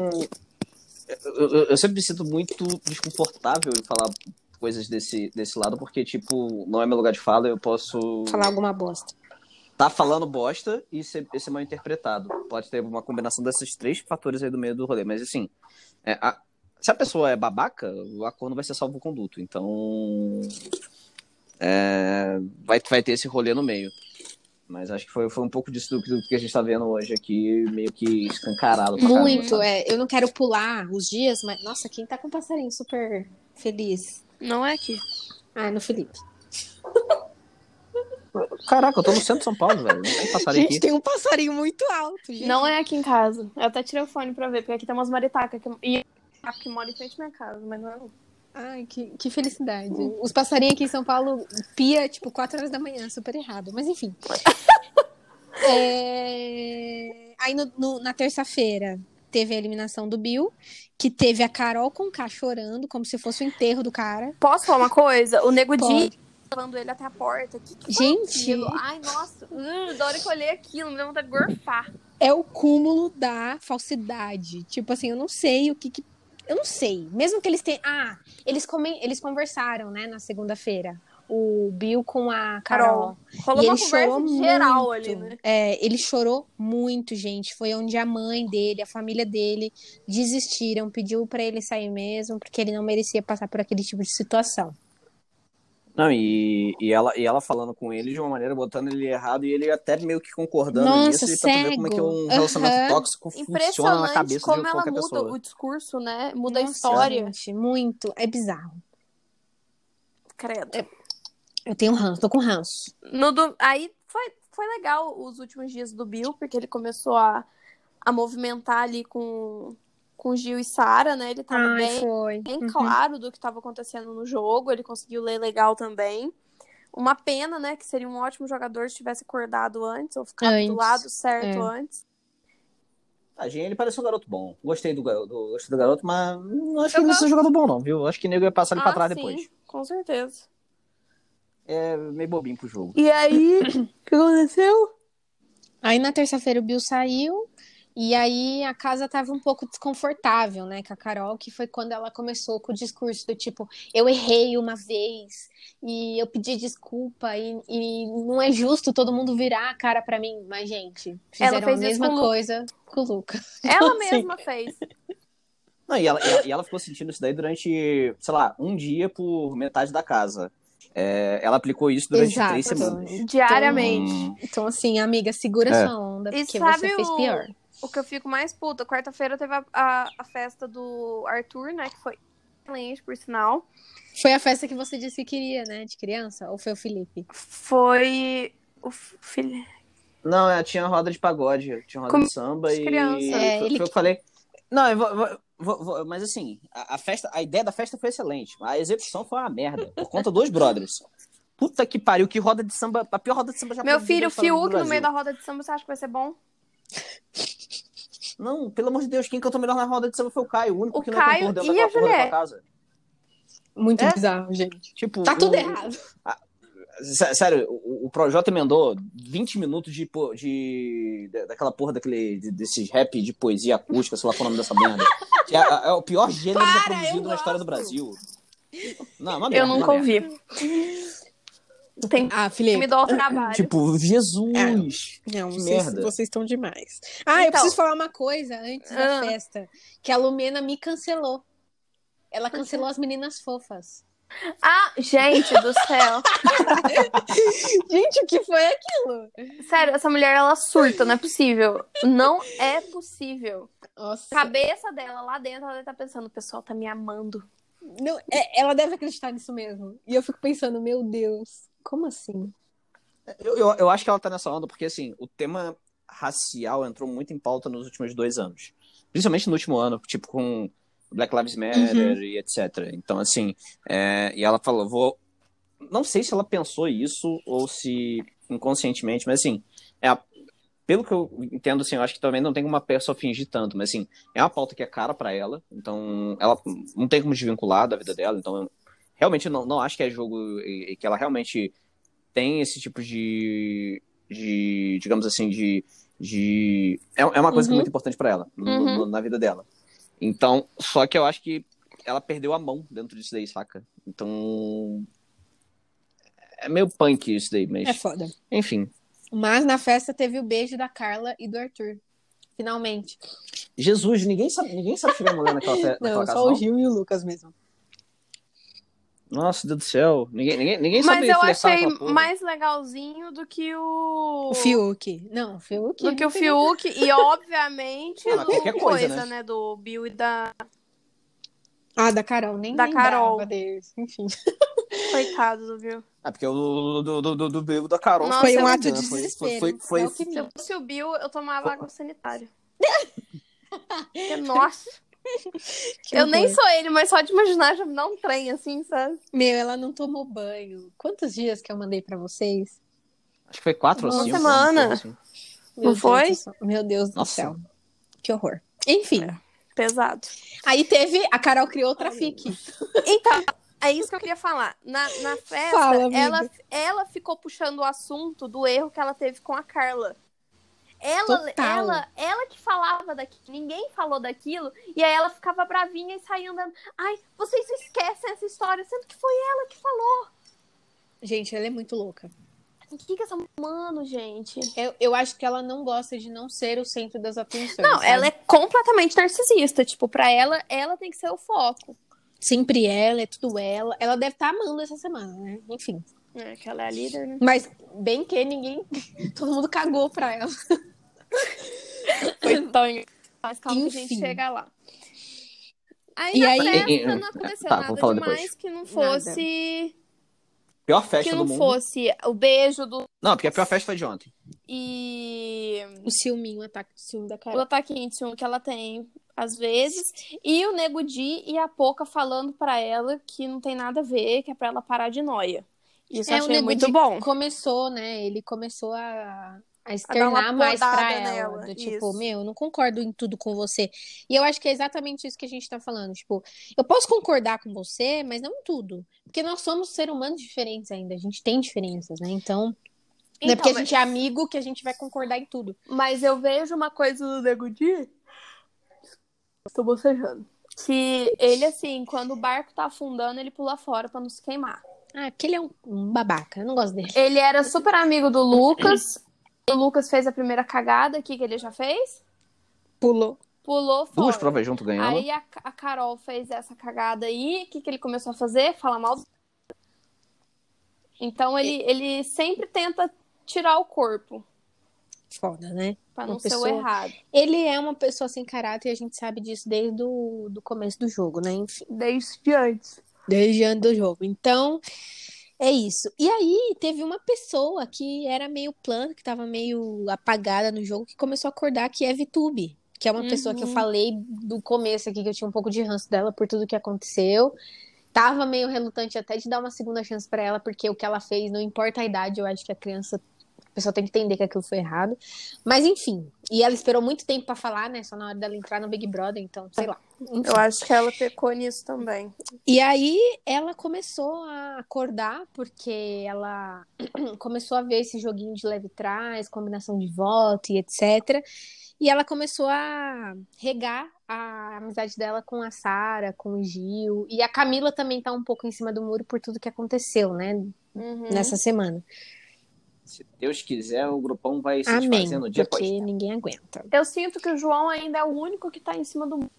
eu, eu- eu sempre me sinto muito desconfortável em falar coisas desse, desse lado, porque, tipo, não é meu lugar de fala, eu posso Falar alguma bosta. tá falando bosta e ser, e ser mal interpretado. Pode ter uma combinação desses três fatores aí do meio do rolê, mas, assim, é, a- se a pessoa é babaca, o acordo vai ser salvo conduto, então é, vai, vai ter esse rolê no meio. Mas acho que foi, foi um pouco disso do, que- do que a gente tá vendo hoje aqui, meio que escancarado. pra caramba, Muito, sabe? é. Eu não quero pular os dias, mas. Nossa, quem tá com passarinho super feliz? Não é aqui. Ah, é no Felipe. Caraca, eu tô no centro de São Paulo, velho. Não tem passarinho aqui. Gente, tem um passarinho muito alto, gente. Não é aqui em casa. Eu até tirei o fone pra ver, porque aqui tem umas maritacas que, e que mora em frente à minha casa, mas não é. Ai, que, que felicidade. Os passarinhos aqui em São Paulo pia, tipo, 4 horas da manhã, super errado. Mas enfim. É, Aí no- no- na terça-feira teve a eliminação do Bill, que teve a Carol com K chorando, como se fosse o enterro do cara. Posso falar uma coisa? O Nego Pode. Di levando ele até a porta. Que que Gente, aquilo? Ai, nossa. Uh, da hora que eu olhei aquilo, me deu vontade de gorfar. é o cúmulo da falsidade. Tipo assim, eu não sei o que que- Eu não sei. Mesmo que eles tenham. Ah, eles, comem... eles conversaram, né, na segunda-feira. O Bill com a Carol. Carol. Rolou e uma ele chorou conversa geral muito. ali, né? É, ele chorou muito, gente. Foi onde a mãe dele, a família dele desistiram, pediu pra ele sair mesmo, porque ele não merecia passar por aquele tipo de situação. Não, e, e, ela, e ela falando com ele de uma maneira, botando ele errado, e ele até meio que concordando nisso, Nossa, e pra tu ver como é que um cego. relacionamento Aham. tóxico funciona na Impressionante cabeça como de ela qualquer muda pessoa. o discurso, né? Muda a Nossa, história. gente, muito. É bizarro. Credo. Eu tenho ranço, tô com ranço. No do- Aí foi, foi legal os últimos dias do Bill, porque ele começou a, a movimentar ali com, com Gil e Sara, né? Ele tava Ai, bem, foi. bem Uhum. claro do que estava acontecendo no jogo, ele conseguiu ler legal também. Uma pena, né, que seria um ótimo jogador se tivesse acordado antes, ou ficado do Antes, lado certo é. antes. Tadinho, ele pareceu um garoto bom. Gostei do, garo- do- gostei do garoto, mas não acho que Eu ele não gosto. seja jogador bom, não, viu? Acho que o nego ia passar ele pra Ah, trás sim, depois. Com certeza. É meio bobinho pro jogo. E aí, o que aconteceu? Aí na terça-feira o Bill saiu e aí a casa tava um pouco desconfortável, né, com a Carol, que foi quando ela começou com o discurso do tipo, eu errei uma vez e eu pedi desculpa e, e não é justo todo mundo virar a cara pra mim, mas gente, fizeram Ela fez a isso mesma com o Lu- coisa com o Luca. Ela assim- mesma fez. Não, e, ela, e ela- e ela ficou sentindo isso daí durante, sei lá, um dia por metade da casa. É, ela aplicou isso durante Exato. três semanas. Diariamente. Hum. Então assim, amiga, segura É. sua onda, E porque sabe você fez o- pior. O que eu fico mais puta, quarta-feira teve a, a, a festa do Arthur, né? Que foi excelente, por sinal. Foi a festa que você disse que queria, né, de criança? Ou foi o Felipe? Foi o filho. Não, é, tinha roda de pagode, tinha roda Como de samba de e. criança. É, foi, ele- foi o que eu falei. Não, eu vou- vou- vou- vou- mas assim, a, a festa, a ideia da festa foi excelente. A execução foi uma merda. Por conta dos brothers. Puta que pariu, que roda de samba. A pior roda de samba já Meu produzida filho, o na história do Fiuk no meio Brasil. da roda de samba, você acha que vai ser bom? Não, pelo amor de Deus, quem cantou melhor na roda de samba foi o Caio. O único O que Caio não cantou e dentro daquela a porra daquela Juliette. casa. Muito É. bizarro, gente. Tipo, Tá tudo o- errado. Sé- Sério, o, o Projota emendou 20 minutos de, po- de, da- daquela porra daquele, de- desses rap de poesia acústica, sei lá qual é o nome dessa merda. Que é, é o pior gênero já Para, eu produzido na história do Brasil. Não, é uma merda, Eu é uma nunca merda. ouvi. Tem Ah, que Felipe, me dar o trabalho. Tipo, Jesus. Não, Que vocês, merda. vocês estão demais. Ah, eu Então. preciso falar uma coisa antes da Ah. festa. Que a Lumena me cancelou. Ela cancelou as meninas fofas. Ah, gente do céu. Gente, o que foi aquilo? Sério, essa mulher ela surta, não é possível. Não é possível. Nossa. Cabeça dela lá dentro, ela deve tá pensando, o pessoal tá me amando. Não, é- ela deve acreditar nisso mesmo. E eu fico pensando, meu Deus, Como assim? Eu, eu, eu acho que ela tá nessa onda porque, assim, o tema racial entrou muito em pauta nos últimos dois anos. Principalmente no último ano, tipo, com Black Lives Matter e etc. Então, assim, é, e ela falou, vou... Não sei se ela pensou isso ou se inconscientemente, mas, assim, é a- pelo que eu entendo, assim, eu acho que também não tem como uma pessoa fingir tanto, mas, assim, é uma pauta que é cara para ela, então ela não tem como desvincular da vida dela, então eu realmente não, não acho que é jogo e- e que ela realmente tem esse tipo de, de digamos assim, de... de... É, é uma coisa que é Uhum. muito importante para ela, no- no- na vida dela. Então, só que eu acho que ela perdeu a mão dentro disso daí, saca? Então. É meio punk isso daí, mas. É foda. Enfim. Mas na festa teve o beijo da Carla e do Arthur. Finalmente. Jesus, ninguém sabe, ninguém sabe chegar mulher naquela, fe- naquela casa. não? Gil e o Lucas mesmo. Nossa, Deus do céu. Ninguém, ninguém, ninguém sabe é Mas eu flertar achei naquela porra. mais legalzinho do que o. O Fiuk. Não, Não, foi o quê? Do que o Fiuk. E, obviamente, Ah, mas do qualquer coisa, coisa, né? né? Do Bill e da. Ah, da Carol, nem Da lembrava Carol. deles. Enfim. Coitado do Bill. É porque o do, do, do, do Bill da Carol Nossa, foi Foi um doidão, ato de foi- desespero. Foi, foi, É o que Se me- eu fosse o Bill, eu tomava água sanitária. Porque, nossa. eu nem sou ele, mas só de imaginar já me dá um trem, assim, sabe? Meu, ela não tomou banho. Quantos dias que eu mandei pra vocês? acho que foi quatro Uma ou cinco. semana. alguma coisa assim. Meu Não Deus foi? do céu. Meu Deus do Nossa. céu. Que horror. Enfim. É. Pesado. Aí teve. A Carol criou o Trafique. Então, é isso que eu queria falar. Na, na festa, Fala, amiga. ela, ela ficou puxando o assunto do erro que ela teve com a Carla. Ela, Total. ela, ela que falava daquilo, ninguém falou daquilo, e aí ela ficava bravinha e saía andando. Ai, vocês esquecem essa história, sendo que foi ela que falou. Gente, ela é muito louca. O que que essa mano, gente? Eu, eu acho que ela não gosta de não ser o centro das atenções. Não, sabe? ela é completamente narcisista. Tipo, pra ela, ela tem que ser o foco. Sempre ela, é tudo ela. Ela deve estar amando essa semana, né? Enfim. É, que ela é a líder, né? Mas bem que ninguém. Todo mundo cagou pra ela. Foi tão engraçado. Mas calma que a gente Enfim. chega lá. Aí E na aí- festa E- e- não aconteceu tá, vou nada falar demais depois. que não fosse. Pior festa Que do não mundo. fosse o beijo do. Não, porque a pior festa foi de ontem. E O ciúminho, o ataque de ciúme da o Carol. ataque íntimo um que ela tem, às vezes. E o Nego Di e a Poca falando pra ela que não tem nada a ver, que é pra ela parar de noia. Isso eu o achei Nego muito Di bom. começou, né? Ele começou a, a A externar dar uma mais pra podada ela. nela, do tipo, isso. meu, eu não concordo em tudo com você. E eu acho que é exatamente isso que a gente tá falando. Tipo, eu posso concordar com você, mas não em tudo. Porque nós somos seres humanos diferentes ainda. A gente tem diferenças, né? Então, não é porque Então, a gente é amigo que a gente vai concordar em tudo. Mas eu vejo uma coisa do Nego Di. Estou bocejando. Que ele, assim, quando o barco tá afundando, ele pula fora pra não se queimar. Ah, porque ele é um, um babaca. Eu não gosto dele. Ele era super amigo do Lucas. O Lucas fez a primeira cagada aqui que ele já fez. Pulou. Pulou fora. Duas provas junto ganhando. Aí a, a Carol fez essa cagada aí. O que, que ele começou a fazer? Falar mal. do- Então ele, ele sempre tenta tirar o corpo Foda, né? pra Uma não ser o pessoa- errado. Ele é uma pessoa sem caráter e a gente sabe disso desde o do começo do jogo, né? Enfim. Desde antes. Desde antes do jogo. Então, é isso. E aí, teve uma pessoa que era meio planta, que tava meio apagada no jogo, que começou a acordar, que é VTube. Que é uma Uhum. pessoa que eu falei do começo aqui, que eu tinha um pouco de ranço dela por tudo que aconteceu. Tava meio relutante até de dar uma segunda chance pra ela, porque o que ela fez, não importa a idade, eu acho que a criança. A pessoa tem que entender que aquilo foi errado. Mas enfim. E ela esperou muito tempo pra falar, né? Só na hora dela entrar no Big Brother, então, sei lá. Enfim. Eu acho que ela pecou nisso também. E aí ela começou a acordar, porque ela começou a ver esse joguinho de leve trás, combinação de voto e etc. E ela começou a regar a amizade dela com a Sara, com o Gil. E a Camila também tá um pouco em cima do muro por tudo que aconteceu, né? Uhum. Nessa semana. Se Deus quiser, o grupão vai se Amém. desfazendo dia após Porque ninguém aguenta. Eu sinto que o João ainda é o único que tá em cima do mundo.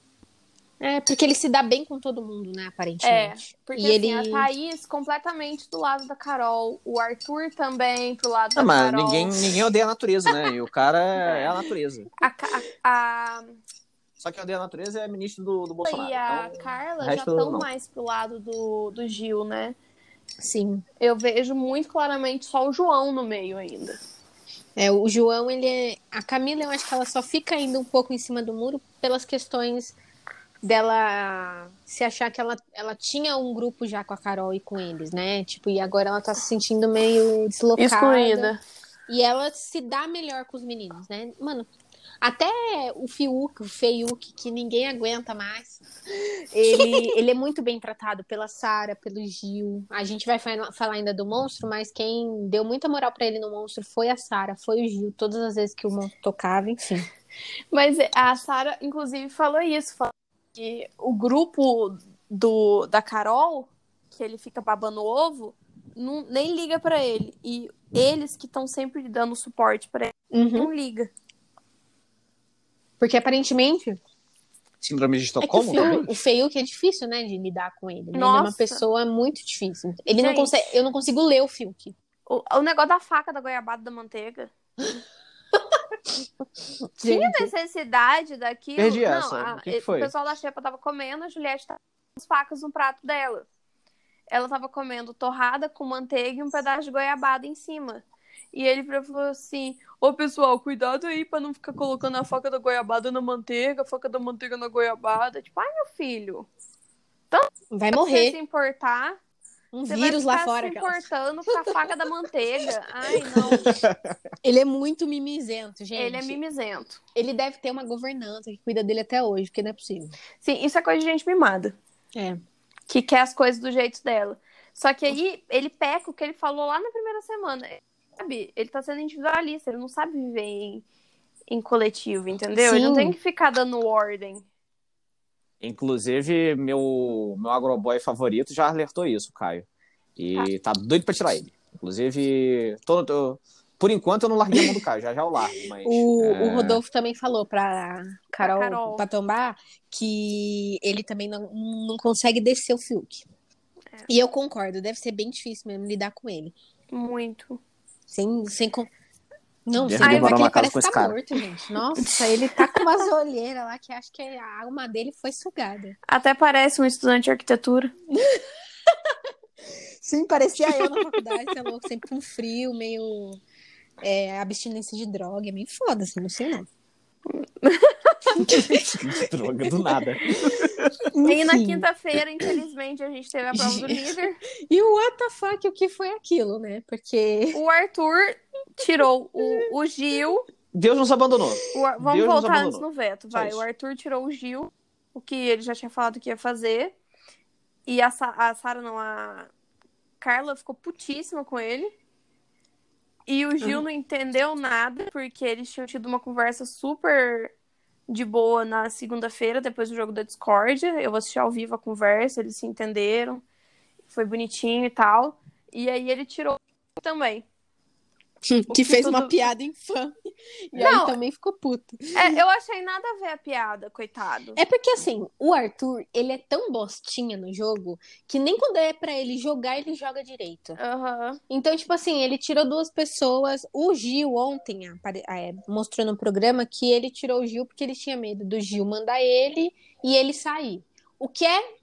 É, porque ele se dá bem com todo mundo, né? Aparentemente. Porque E assim, ele- a Thaís completamente do lado da Carol, o Arthur também pro lado da Ah, mas Carol. ninguém, ninguém odeia a natureza, né? E o cara é a natureza. A, Ca- a, Só que odeia a natureza é ministro do, do a, Bolsonaro. e a Então, Carla o já resto estão não. mais pro lado do, do Gil, né? Sim. Eu vejo muito claramente só o João no meio ainda. É, o João, ele é. A Camila, eu acho que ela só fica ainda um pouco em cima do muro pelas questões dela se achar que ela, ela tinha um grupo já com a Carol e com eles, né? Tipo, e agora ela tá se sentindo meio deslocada. Excluída. E ela se dá melhor com os meninos, né? Mano, até o Fiuk, o Feiuk, que ninguém aguenta mais. Ele, ele é muito bem tratado pela Sara, pelo Gil. A gente vai fa- falar ainda do monstro, mas quem deu muita moral pra ele no monstro foi a Sara, foi o Gil, todas as vezes que o monstro tocava, enfim. Mas a Sara, inclusive, falou isso. Falou que o grupo do, da Carol, que ele fica babando ovo, não, nem liga pra ele. E eles que estão sempre dando suporte pra ele, não liga. Porque aparentemente Síndrome de É que o, Estocolmo? Fiuk- também? o Fiuk é difícil, né, de lidar com ele. né? Ele é uma Nossa. pessoa muito difícil. Ele não Gente. consegue, eu não consigo ler o Fiuk. O, o negócio da faca da goiabada da manteiga. Tinha necessidade daquilo. Perdi não, essa. a- O que que foi? O pessoal da Xepa tava comendo, a Juliette tava com as facas no prato dela. Ela tava comendo torrada com manteiga e um pedaço de goiabada em cima. E ele virou e falou assim: Ô pessoal, cuidado aí pra não ficar colocando a faca da goiabada na manteiga, a faca da manteiga na goiabada. Tipo, ai meu filho, Vai você morrer. se importar, Um você vírus vai lá ficar fora, se aquela. importando com a faca da manteiga. Ai não, Ele é muito mimizento, gente. ele é mimizento. Ele deve ter uma governanta que cuida dele até hoje, porque não é possível. Sim, isso é coisa de gente mimada. É. Que quer as coisas do jeito dela. Só que aí ele peca o que ele falou lá na primeira semana. Ele Sabe? Ele tá sendo individualista, ele não sabe viver em, em coletivo, entendeu? Ele não Sim. tem que ficar dando ordem. Inclusive, meu, meu agroboy favorito já alertou isso, Caio. Ah. E tá doido pra tirar ele. Inclusive, tô- tô- por enquanto eu não larguei a mão do Caio, já já eu largo, mas... O, é, o Rodolfo também falou pra Carol, pra Pra Carol. tombar que ele também não, não consegue descer o Fiuk. É. E eu concordo, deve ser bem difícil mesmo lidar com ele. Muito. Sem, sem con- Não, Deve sem demorar contar que uma ele casa parece com que esse tá cara. morto, gente. Nossa, ele tá com umas olheiras lá que acho que a alma dele foi sugada. Até parece um estudante de arquitetura. Sim, parecia eu na faculdade, tá louco? Sempre com frio, meio é, abstinência de droga. É meio foda, assim, não sei não. droga, do nada. E na Enfim. quinta-feira, infelizmente, a gente teve a prova do líder. E o what the fuck, o que foi aquilo, né? Porque O Arthur tirou o, o Gil. Deus nos abandonou. O Ar- Vamos Deus nos voltar abandonou. antes no veto, Só vai. isso. O Arthur tirou o Gil, o que ele já tinha falado que ia fazer. E a, Sa- a Sara, não, a Carla ficou putíssima com ele. E o Uhum. Gil não entendeu nada, porque eles tinham tido uma conversa super de boa na segunda-feira, depois do jogo da discórdia. Eu vou assistir ao vivo a conversa, eles se entenderam. Foi bonitinho e tal. E aí ele tirou também. que fez uma tudo- piada infame. E Não. aí também ficou puto. É, eu achei nada a ver a piada, coitado. É porque assim, o Arthur, ele é tão bostinha no jogo que nem quando é pra ele jogar, ele joga direito. Aham. Então, tipo assim, ele tirou duas pessoas. O Gil ontem apare- ah, é, mostrou no programa que ele tirou o Gil porque ele tinha medo do Gil mandar ele e ele sair. O que é,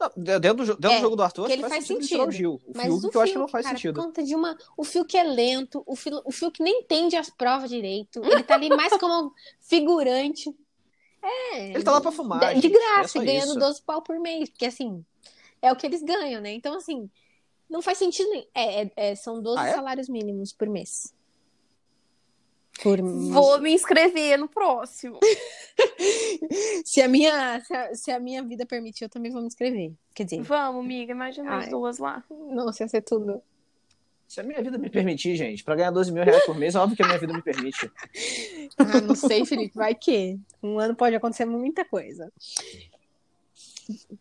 Não, Dentro, do, jo- dentro É, do jogo do Arthur, que ele faz sentido tirar o sentido. Gil. O mas Fiuk o que eu acho que não Fiuk, faz cara, sentido. por conta de uma. O Fiuk é lento, o Fiuk, o Fiuk nem entende as provas direito. Ele tá ali mais como figurante. É. Ele tá lá pra fumar. de, de gente, é graça, só ganhando isso. 12 pau por mês, porque assim, é o que eles ganham, né? Então, assim, não faz sentido. nem- É, é- é, são 12 Ah, é? salários mínimos por mês. Por mês. Vou me inscrever no próximo. Se, a minha, se, a, se a minha vida permitir, eu também vou me inscrever. Quer dizer, Vamos, amiga, imagina as Ai. duas lá. não sei se é tudo. Se a minha vida me permitir, gente, pra ganhar 12 mil reais por mês, é óbvio que a minha vida me permite. Ah, não sei, Felipe, vai que. Um ano pode acontecer muita coisa.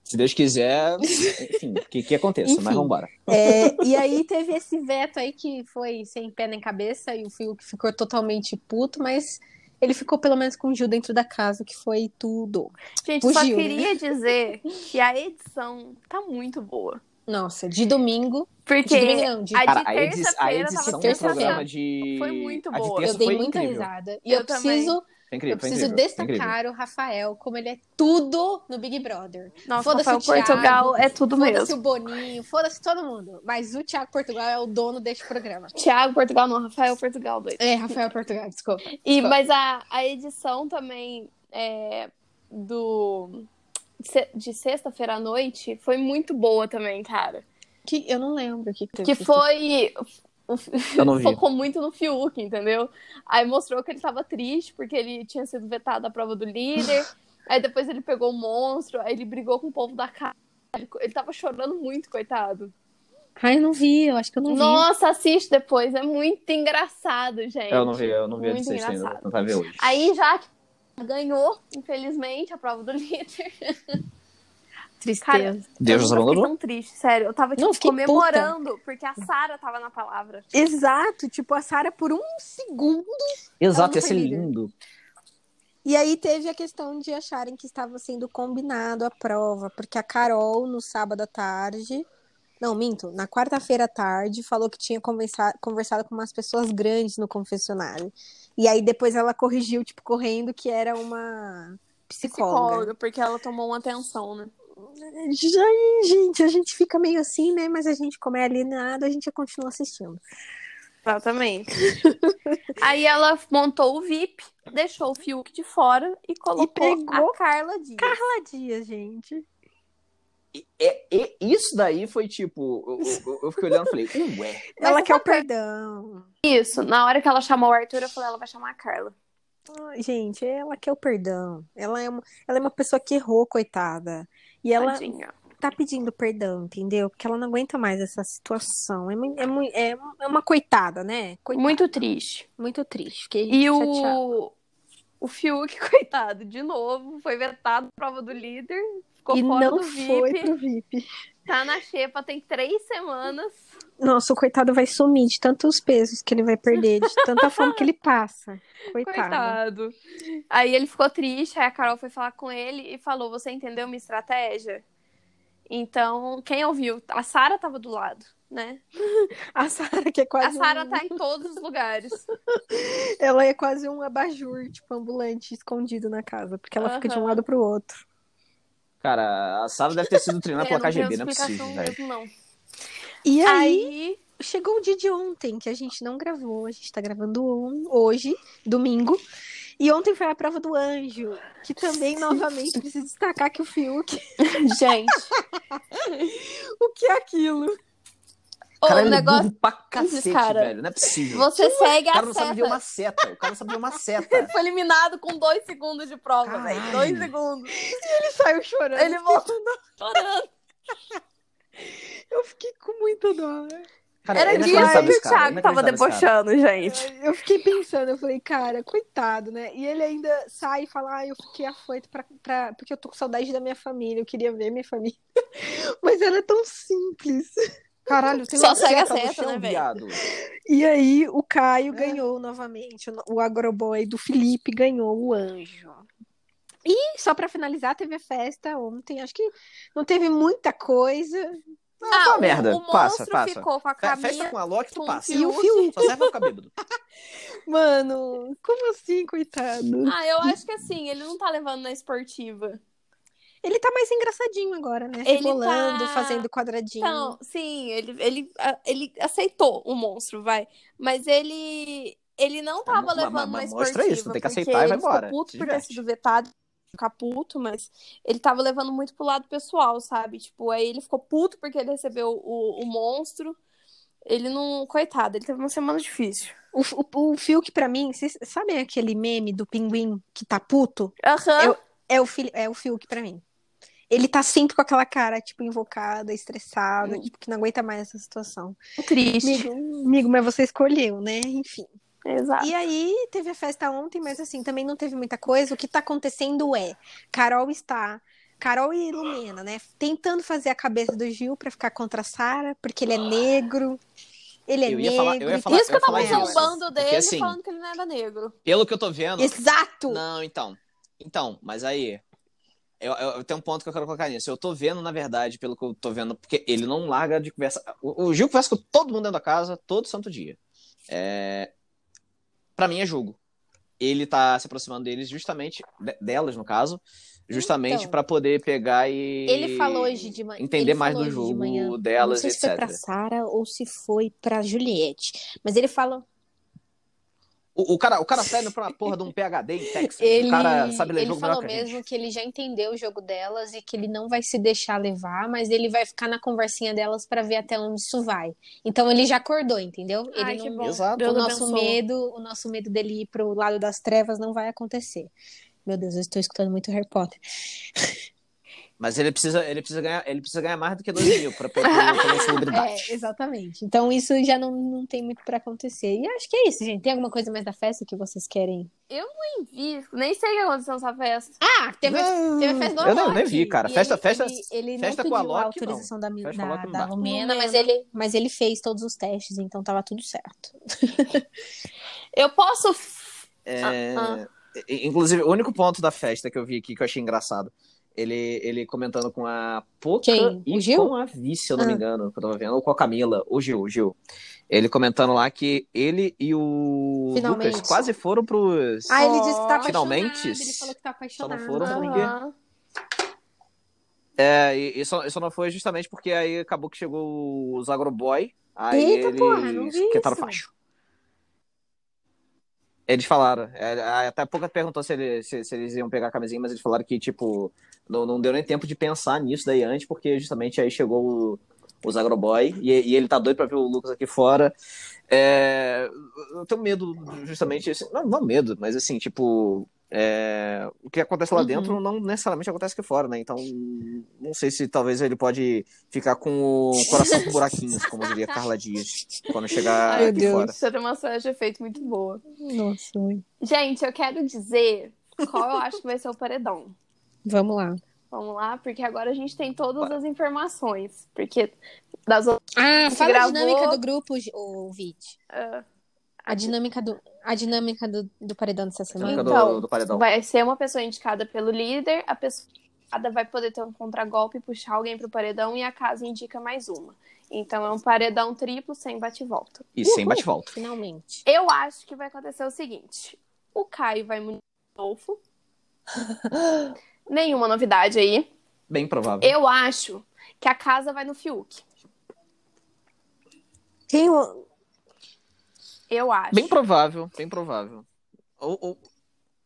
Se Deus quiser, enfim, que, que aconteça, Enfim. mas vambora. É, e aí teve esse veto aí que foi sem pé nem cabeça e o Fiuk ficou totalmente puto, mas ele ficou pelo menos com o Gil dentro da casa, que foi tudo. Gente, O só Gil, né? queria dizer que a edição tá muito boa. Nossa, de domingo. De domingo Porque não, de... a de Cara, a, edi- a terça-feira edição tava do terça-feira. programa de. Foi muito a de boa. terça eu dei foi muita incrível. risada. E eu, Eu também. preciso Foi incrível, eu foi preciso incrível. foi incrível. destacar o Rafael, como ele é tudo no Big Brother. Nossa, Foda-se Rafael o Thiago, Portugal é tudo Foda-se mesmo. o Boninho, foda-se todo mundo. Mas o Thiago Portugal é o dono deste programa. Thiago Portugal não, Rafael Portugal dois. É, Rafael Portugal, desculpa. E, mas a, a edição também é, do se- de sexta-feira à noite foi muito boa também, cara. Que, eu não lembro o que, Que foi. Eu não vi. Focou muito no Fiuk, entendeu? Aí mostrou que ele tava triste porque ele tinha sido vetado da prova do líder. aí depois ele pegou o monstro, aí ele brigou com o povo da casa. Ele, ele tava chorando muito, coitado. Ai, eu não vi, eu acho que eu não vi. Nossa, assiste depois. É muito engraçado, gente. Eu não vi, eu não vi a Muito de sexta ainda, vou engraçado. tentar ver hoje. Aí já que ganhou, infelizmente, a prova do líder. Tristeza. Deus nos eu nunca fiquei abandonou. tão triste, sério. Eu tava Não, tipo, fiquei puta. comemorando, porque a Sara tava na palavra. Exato, tipo, a Sara por um segundo. Exato, não ia foi ser líder. lindo. E aí teve a questão de acharem que estava sendo combinado a prova, porque a Carol, no sábado à tarde. Não, minto, na quarta-feira à tarde, falou que tinha conversa- conversado com umas pessoas grandes no confessionário. E aí depois ela corrigiu, tipo, correndo, que era uma psicóloga. Psicóloga, porque ela tomou uma atenção, né? Já- Gente, a gente fica meio assim, né? Mas a gente, como é alienado, a gente continua assistindo. Exatamente. Aí ela montou o VIP, deixou o Fiuk de fora e colocou pegou a Carla Dias. dia, gente. É, é- isso daí foi tipo, eu, eu- eu fiquei olhando e falei, ué. Mas ela você quer o sabe- perdão. Isso, na hora que ela chamou o Arthur, eu falei, ela vai chamar a Carla. Ai, Gente, ela quer o perdão. Ela é uma, ela é uma pessoa que errou, coitada. E ela Tadinha. tá pedindo perdão, entendeu? Porque ela não aguenta mais essa situação. É, mui- é, mui- é uma coitada, né? Coitada. Muito triste. Muito triste. Fiquei E chateada. o, o Fiuk, coitado, de novo, foi vetado da prova do líder, ficou E fora não do foi VIP, pro VIP. tá na xepa tem três semanas. Nossa, o coitado vai sumir de tantos pesos que ele vai perder, de tanta fome que ele passa. Coitado. Coitado. Aí ele ficou triste, aí a Carol foi falar com ele e falou: Você entendeu minha estratégia? Então, quem ouviu? A Sara tava do lado, né? A Sara que é A quase Sara um- tá em todos os lugares. Ela é quase um abajur, tipo, ambulante, escondido na casa, porque ela fica de um Aham. lado pro outro. Cara, a Sara deve ter sido treinada É, pela não tem KGB, não é explicação possível, velho. mesmo, não. E aí, Aí, chegou o dia de ontem, que a gente não gravou, a gente tá gravando on- hoje, domingo. E ontem foi a prova do anjo, que também, novamente, preciso destacar que o Fiuk, gente, o que é aquilo? o ele é burro negócio. pra cacete, cara. velho, não é possível. Você segue O a cara não sabe ver seta. uma seta, o cara não sabe ver uma seta. Foi eliminado com dois segundos de prova, Caralho. velho. Dois segundos. Ele é um saiu chorando. Ele voltou chorando. Eu fiquei com muita dó. Cara, Era é disso inacreditável que o esse cara, é Thiago tava inacreditável esse cara. debochando, gente. Eu fiquei pensando, eu falei, cara, coitado, né? E ele ainda sai e fala, ah, eu fiquei afoito pra, pra... porque eu tô com saudade da minha família, eu queria ver minha família. Mas ela é tão simples. Caralho, tem Só uma segue a seta no seta, chão, né, velho? viado. E aí o Caio É. ganhou novamente, o- o agroboy do Felipe ganhou o anjo. E só pra finalizar, teve a festa ontem, acho que não teve muita coisa. Ah, o, merda. o monstro Passa, passa. ficou com a Fe- Festa Camila. com a Loki, tu com passa. E o Fiuk. Fiuk, Só serve pra ficar bêbado. mano, como assim, coitado? Ah, eu acho que assim, ele não tá levando na esportiva. Ele tá mais engraçadinho agora, né? Ele Rebolando, tá- fazendo quadradinho. Então, sim, ele, ele, a- ele aceitou o monstro, vai. Mas ele. Ele não tava mas- mas- levando na mas mostra esportiva. isso, tem que porque aceitar e vai ele ficou embora. puto Se por ter diverte. sido vetado, ficar puto, mas ele tava levando muito pro lado pessoal, sabe? Tipo, aí ele ficou puto porque ele recebeu o, o monstro. Ele não. Coitado, ele teve uma semana difícil. O, o, o Fiuk, pra mim, vocês sabem aquele meme do pinguim que tá puto? Aham. Eu- É o, Fili- é o Fiuk pra mim. Ele tá sempre com aquela cara, tipo, invocada, estressada, Hum. tipo, que não aguenta mais essa situação. Triste. Ah. Amigo, amigo, mas você escolheu, né? Enfim. Exato. E aí, teve a festa ontem, mas assim, também não teve muita coisa. O que tá acontecendo é, Carol está, Carol e Lumena, né? Tentando fazer a cabeça do Gil pra ficar contra a Sara, porque ele é negro. Ele é Eu ia negro. falar- eu ia e falar- Isso que eu tava falar isso. zombando Porque, dele, assim, falando que ele não era negro. Pelo que eu tô vendo. Exato! Não, então. Então, mas aí. Eu, eu, eu tenho um ponto que eu quero colocar nisso. Eu tô vendo, na verdade, pelo que eu tô vendo, porque ele não larga de conversa. O, o Gil conversa com todo mundo dentro da casa, todo santo dia. É... Pra mim é jogo. ele tá se aproximando deles justamente, de- delas no caso, justamente pra poder pegar e Então. Ele falou hoje de manhã. entender mais do jogo Não delas, sei se foi etc. pra Sarah ou se foi pra Juliette. Mas ele falou. O, o cara, o cara tá indo pra uma porra de um PHD em Texas. Ele, o cara sabe ler ele jogo melhor falou que a gente. mesmo que ele já entendeu o jogo delas e que ele não vai se deixar levar, mas ele vai ficar na conversinha delas pra ver até onde isso vai. Então ele já acordou, entendeu? Ele Ai, não- que bom. Exato. Deus o nosso abençoa. medo, o nosso medo dele ir pro lado das trevas não vai acontecer. Meu Deus, eu estou escutando muito Harry Potter. Mas ele precisa, ele precisa ganhar, ele precisa ganhar mais do que 2 mil pra poder ter uma celebridade. É, exatamente. Então isso já não, não tem muito pra acontecer. E acho que é isso, gente. Tem alguma coisa mais da festa que vocês querem? Nem vi, nem sei o que aconteceu nessa festa. Ah, teve, Não, teve a festa do eu não- Alok. nem vi, cara. E Festa- ele, festa- ele, ele festa não com o pediu a Alok, não. autorização da, Festa com o da, Alok não da dá. Lumena, Lumena. mas ele, mas ele fez todos os testes, então tava tudo certo. Eu posso. É, Ah, i- Inclusive, o único ponto da festa que eu vi aqui que eu achei engraçado. Ele, ele comentando com a Poca Quem? e O Gil? com a Vi, se eu não me Ah. engano, que eu tava vendo, ou com a Camila, o Gil, o Gil. Ele comentando lá que ele e o Finalmente. Lucas quase foram pros. Ah, ele disse que tá Ó. apaixonado. Finalmente. Ele falou que tá Só não apaixonado. foram aham. porque- É, e, e só, e só não foi justamente porque aí acabou que chegou os agroboy. Aí Eita, eles porra, não vi quitaram isso. facho. Eles falaram. é, a- até a pouco perguntou se, ele- se- se eles iam pegar a camisinha, mas eles falaram que, tipo, não, não deu nem tempo de pensar nisso daí antes, porque justamente aí chegou o- os agroboy e, e ele tá doido pra ver o Lucas aqui fora. É, eu tenho medo, justamente, assim, não, não medo, mas assim, tipo, é, o que acontece lá Uhum. dentro não necessariamente acontece aqui fora, né? Então, não sei se talvez ele pode ficar com o coração com buraquinhos, como diria Carla Dias, quando chegar Ai, aqui Deus. fora. Isso era uma cena de efeito muito boa. Nossa, mãe. Gente, eu quero dizer qual eu acho que vai ser o paredão. Vamos lá. Vamos lá, porque agora a gente tem todas as informações. Porque das outras. Ah, fala gravou. a dinâmica do grupo, Gi- ô Vit. ah, A dinâmica do, a dinâmica do, do paredão dessa Dinâmica semana. do- Então, do paredão. Vai ser uma pessoa indicada pelo líder, a pessoa indicada vai poder ter um contragolpe, puxar alguém pro paredão e a casa indica mais uma. Então é um paredão triplo sem bate-volta. E sem Uhul. bate-volta. Finalmente. Eu acho que vai acontecer o seguinte: o Caio vai munir o Adolfo. Nenhuma novidade aí. Bem provável. Eu acho que a casa vai no Fiuk. Quem Eu acho. Bem provável, bem provável. Ou, ou-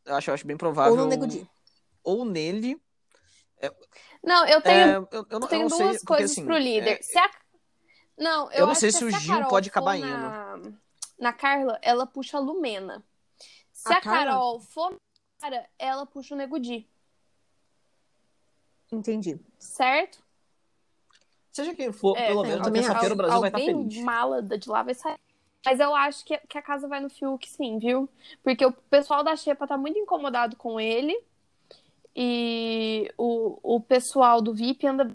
eu acho, eu acho bem provável. Ou no Nego Di. ou nele. Não, eu tenho, É, eu, eu não, eu eu tenho não sei, duas porque, coisas assim, pro líder. é, Se a- Não, eu, Eu não acho sei que se o a Gil Carol pode for acabar na... na Carla, ela puxa a Lumena. Se A a, Carla? Carol for na Cara, ela puxa o Negudi, Entendi. certo? Seja quem for, É, pelo eu menos na também terça-feira o Brasil vai estar Alguém feliz. mala de lá vai sair. Mas eu acho que, que a casa vai no Fiuk, sim, viu? Porque o pessoal da Xepa tá muito incomodado com ele. E o, o pessoal do VIP anda com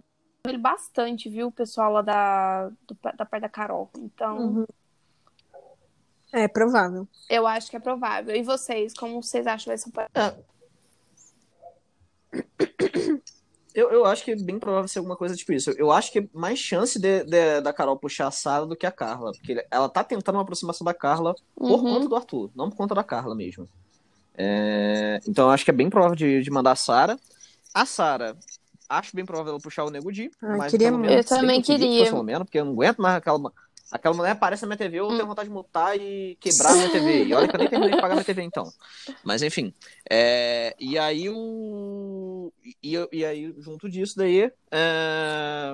ele bastante, viu? O pessoal lá da, do- da parte da Carol. Então, Uhum. É provável. eu acho que é provável. E vocês, como vocês acham que vai ser o pa- Eu, eu acho que é bem provável ser alguma coisa tipo isso. Eu acho que é mais chance de- de- da Carol puxar a Sara do que a Carla. Porque ele- ela tá tentando uma aproximação da Carla por Uhum. conta do Arthur, não por conta da Carla mesmo. É, então eu acho que é bem provável de, de mandar a Sara. A Sara, acho bem provável ela puxar o Nego Di. Ah, mas queria pelo muito. menos- Eu também bem que queria. que fosse pelo menos, porque eu não aguento mais aquela. mu- Aquela mulher aparece na minha TV, eu Hum. tenho vontade de multar e quebrar a minha TV. E olha que eu nem terminei de pagar minha TV então. Mas enfim. É, e aí o. E, eu- e aí, junto disso daí, é,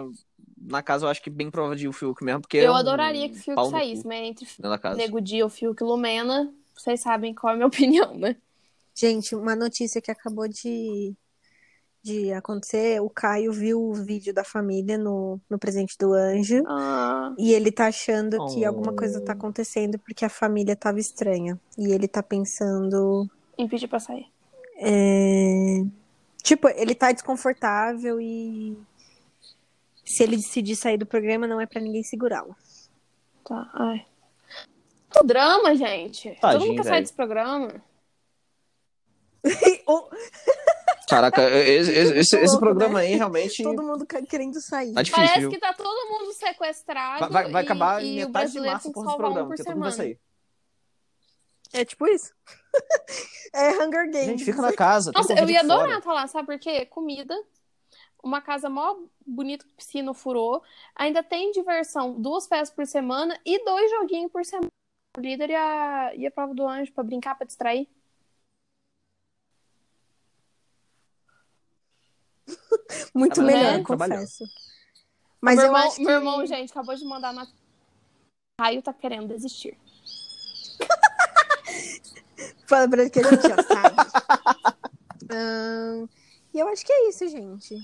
na casa eu acho que bem prova de o Fiuk mesmo, porque. é Eu um adoraria que o Fiuk pau no saísse, cu mas entre dentro da casa. Nego Di ou Fiuk e Lumena, vocês sabem qual é a minha opinião, né? Gente, uma notícia que acabou de, de acontecer. O Caio viu o vídeo da família no, no presente do anjo. Ah, E ele tá achando que Oh. alguma coisa tá acontecendo porque a família tava estranha. E ele tá pensando. e pedir pra sair. é, Tipo, ele tá desconfortável e. Se ele decidir sair do programa, não é pra ninguém segurá-lo. Tá, ai. O drama, gente. Todo Tadinho, mundo quer velho. sair desse programa. Ou Caraca, esse, esse- esse louco, programa aí realmente. todo mundo ca- querendo sair. Tá difícil, Parece viu? que tá todo mundo sequestrado. Vai, vai- vai e- acabar e, em o metade de brasileiro março tem que por esse salvar um programa, por porque todo mundo vai semana. sair. É tipo isso. é Hunger Games. Gente, fica na casa. Nossa, fica eu ia de fora. adorar estar lá, sabe por quê? Comida, uma casa mó bonita que piscina furou, ainda tem diversão, duas festas por semana e dois joguinhos por semana. O líder e a, e a prova do anjo pra brincar, pra distrair. Muito Tá melhor, vendo? confesso. Mas meu, eu irmão, acho que... meu irmão, gente, acabou de mandar na. Raio tá querendo desistir. Fala pra ele que a gente já sabe. Ahn, e eu acho que é isso, gente.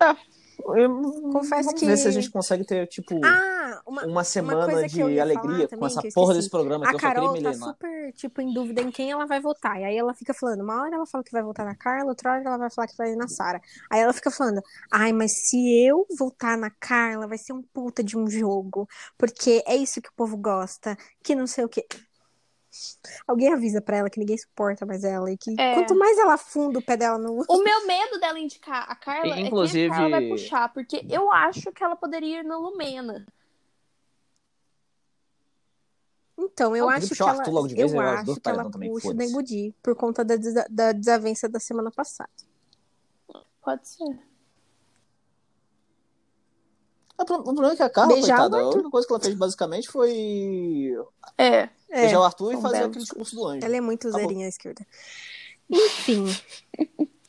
Eu- Confesso Hum, vamos que- ver se a gente consegue ter, tipo, Ah, uma, uma semana coisa que eu de ia alegria falar também, com essa que eu porra esqueci. desse programa que a eu só queria Carol me tá lembrar. super, tipo, em dúvida em quem ela vai votar. E aí ela fica falando, uma hora ela fala que vai votar na Carla, outra hora ela vai falar que vai na Sara. Aí ela fica falando, ai, mas se eu votar na Carla, vai ser um puta de um jogo. Porque é isso que o povo gosta, que não sei o quê. Alguém avisa pra ela que ninguém suporta mais ela. E que É. quanto mais ela afunda o pé dela no... O meu medo dela indicar a Carla é Inclusive- que a Carla vai puxar, porque eu acho que ela poderia ir na Lumena. Então, eu Ah, acho puxa que o ela, Arthur logo de vez, eu né? Os acho dois que ela paredão também, puxa o foda-se. Negudi por conta da, desa- da desavença da semana passada. Pode ser. Ah, O pro- o problema é que a Carla, Beijar o coitada, a Arthur. única coisa que ela fez basicamente foi É. É, beijar o Arthur um e fazer belo aquele discurso do anjo. ela é muito Acabou. zerinha à esquerda. Enfim.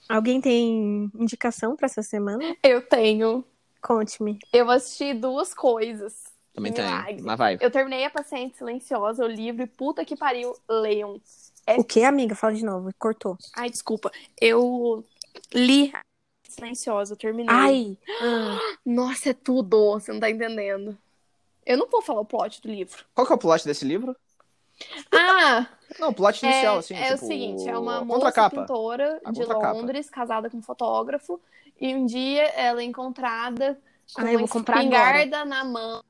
Alguém tem indicação pra essa semana? Eu tenho. Conte-me. Eu assisti duas coisas. Também Milagre. tem, mas vai. Eu terminei a Paciente Silenciosa, o livro, e puta que pariu, leiam. O que, amiga? Fala de novo. Cortou. Ai, desculpa. Eu li a Silenciosa, eu terminei. Ai! ah, Nossa, é tudo. Você não tá entendendo. Eu não vou falar o plot do livro. Qual que é o plot desse livro? Ah! Não, o plot inicial, é, assim, é tipo... o seguinte, é uma moça Contracapa. pintora Ah, A de contracapa. Londres, casada com um fotógrafo, e um dia ela é encontrada com Ai, eu uma vou comprar espingarda na mão,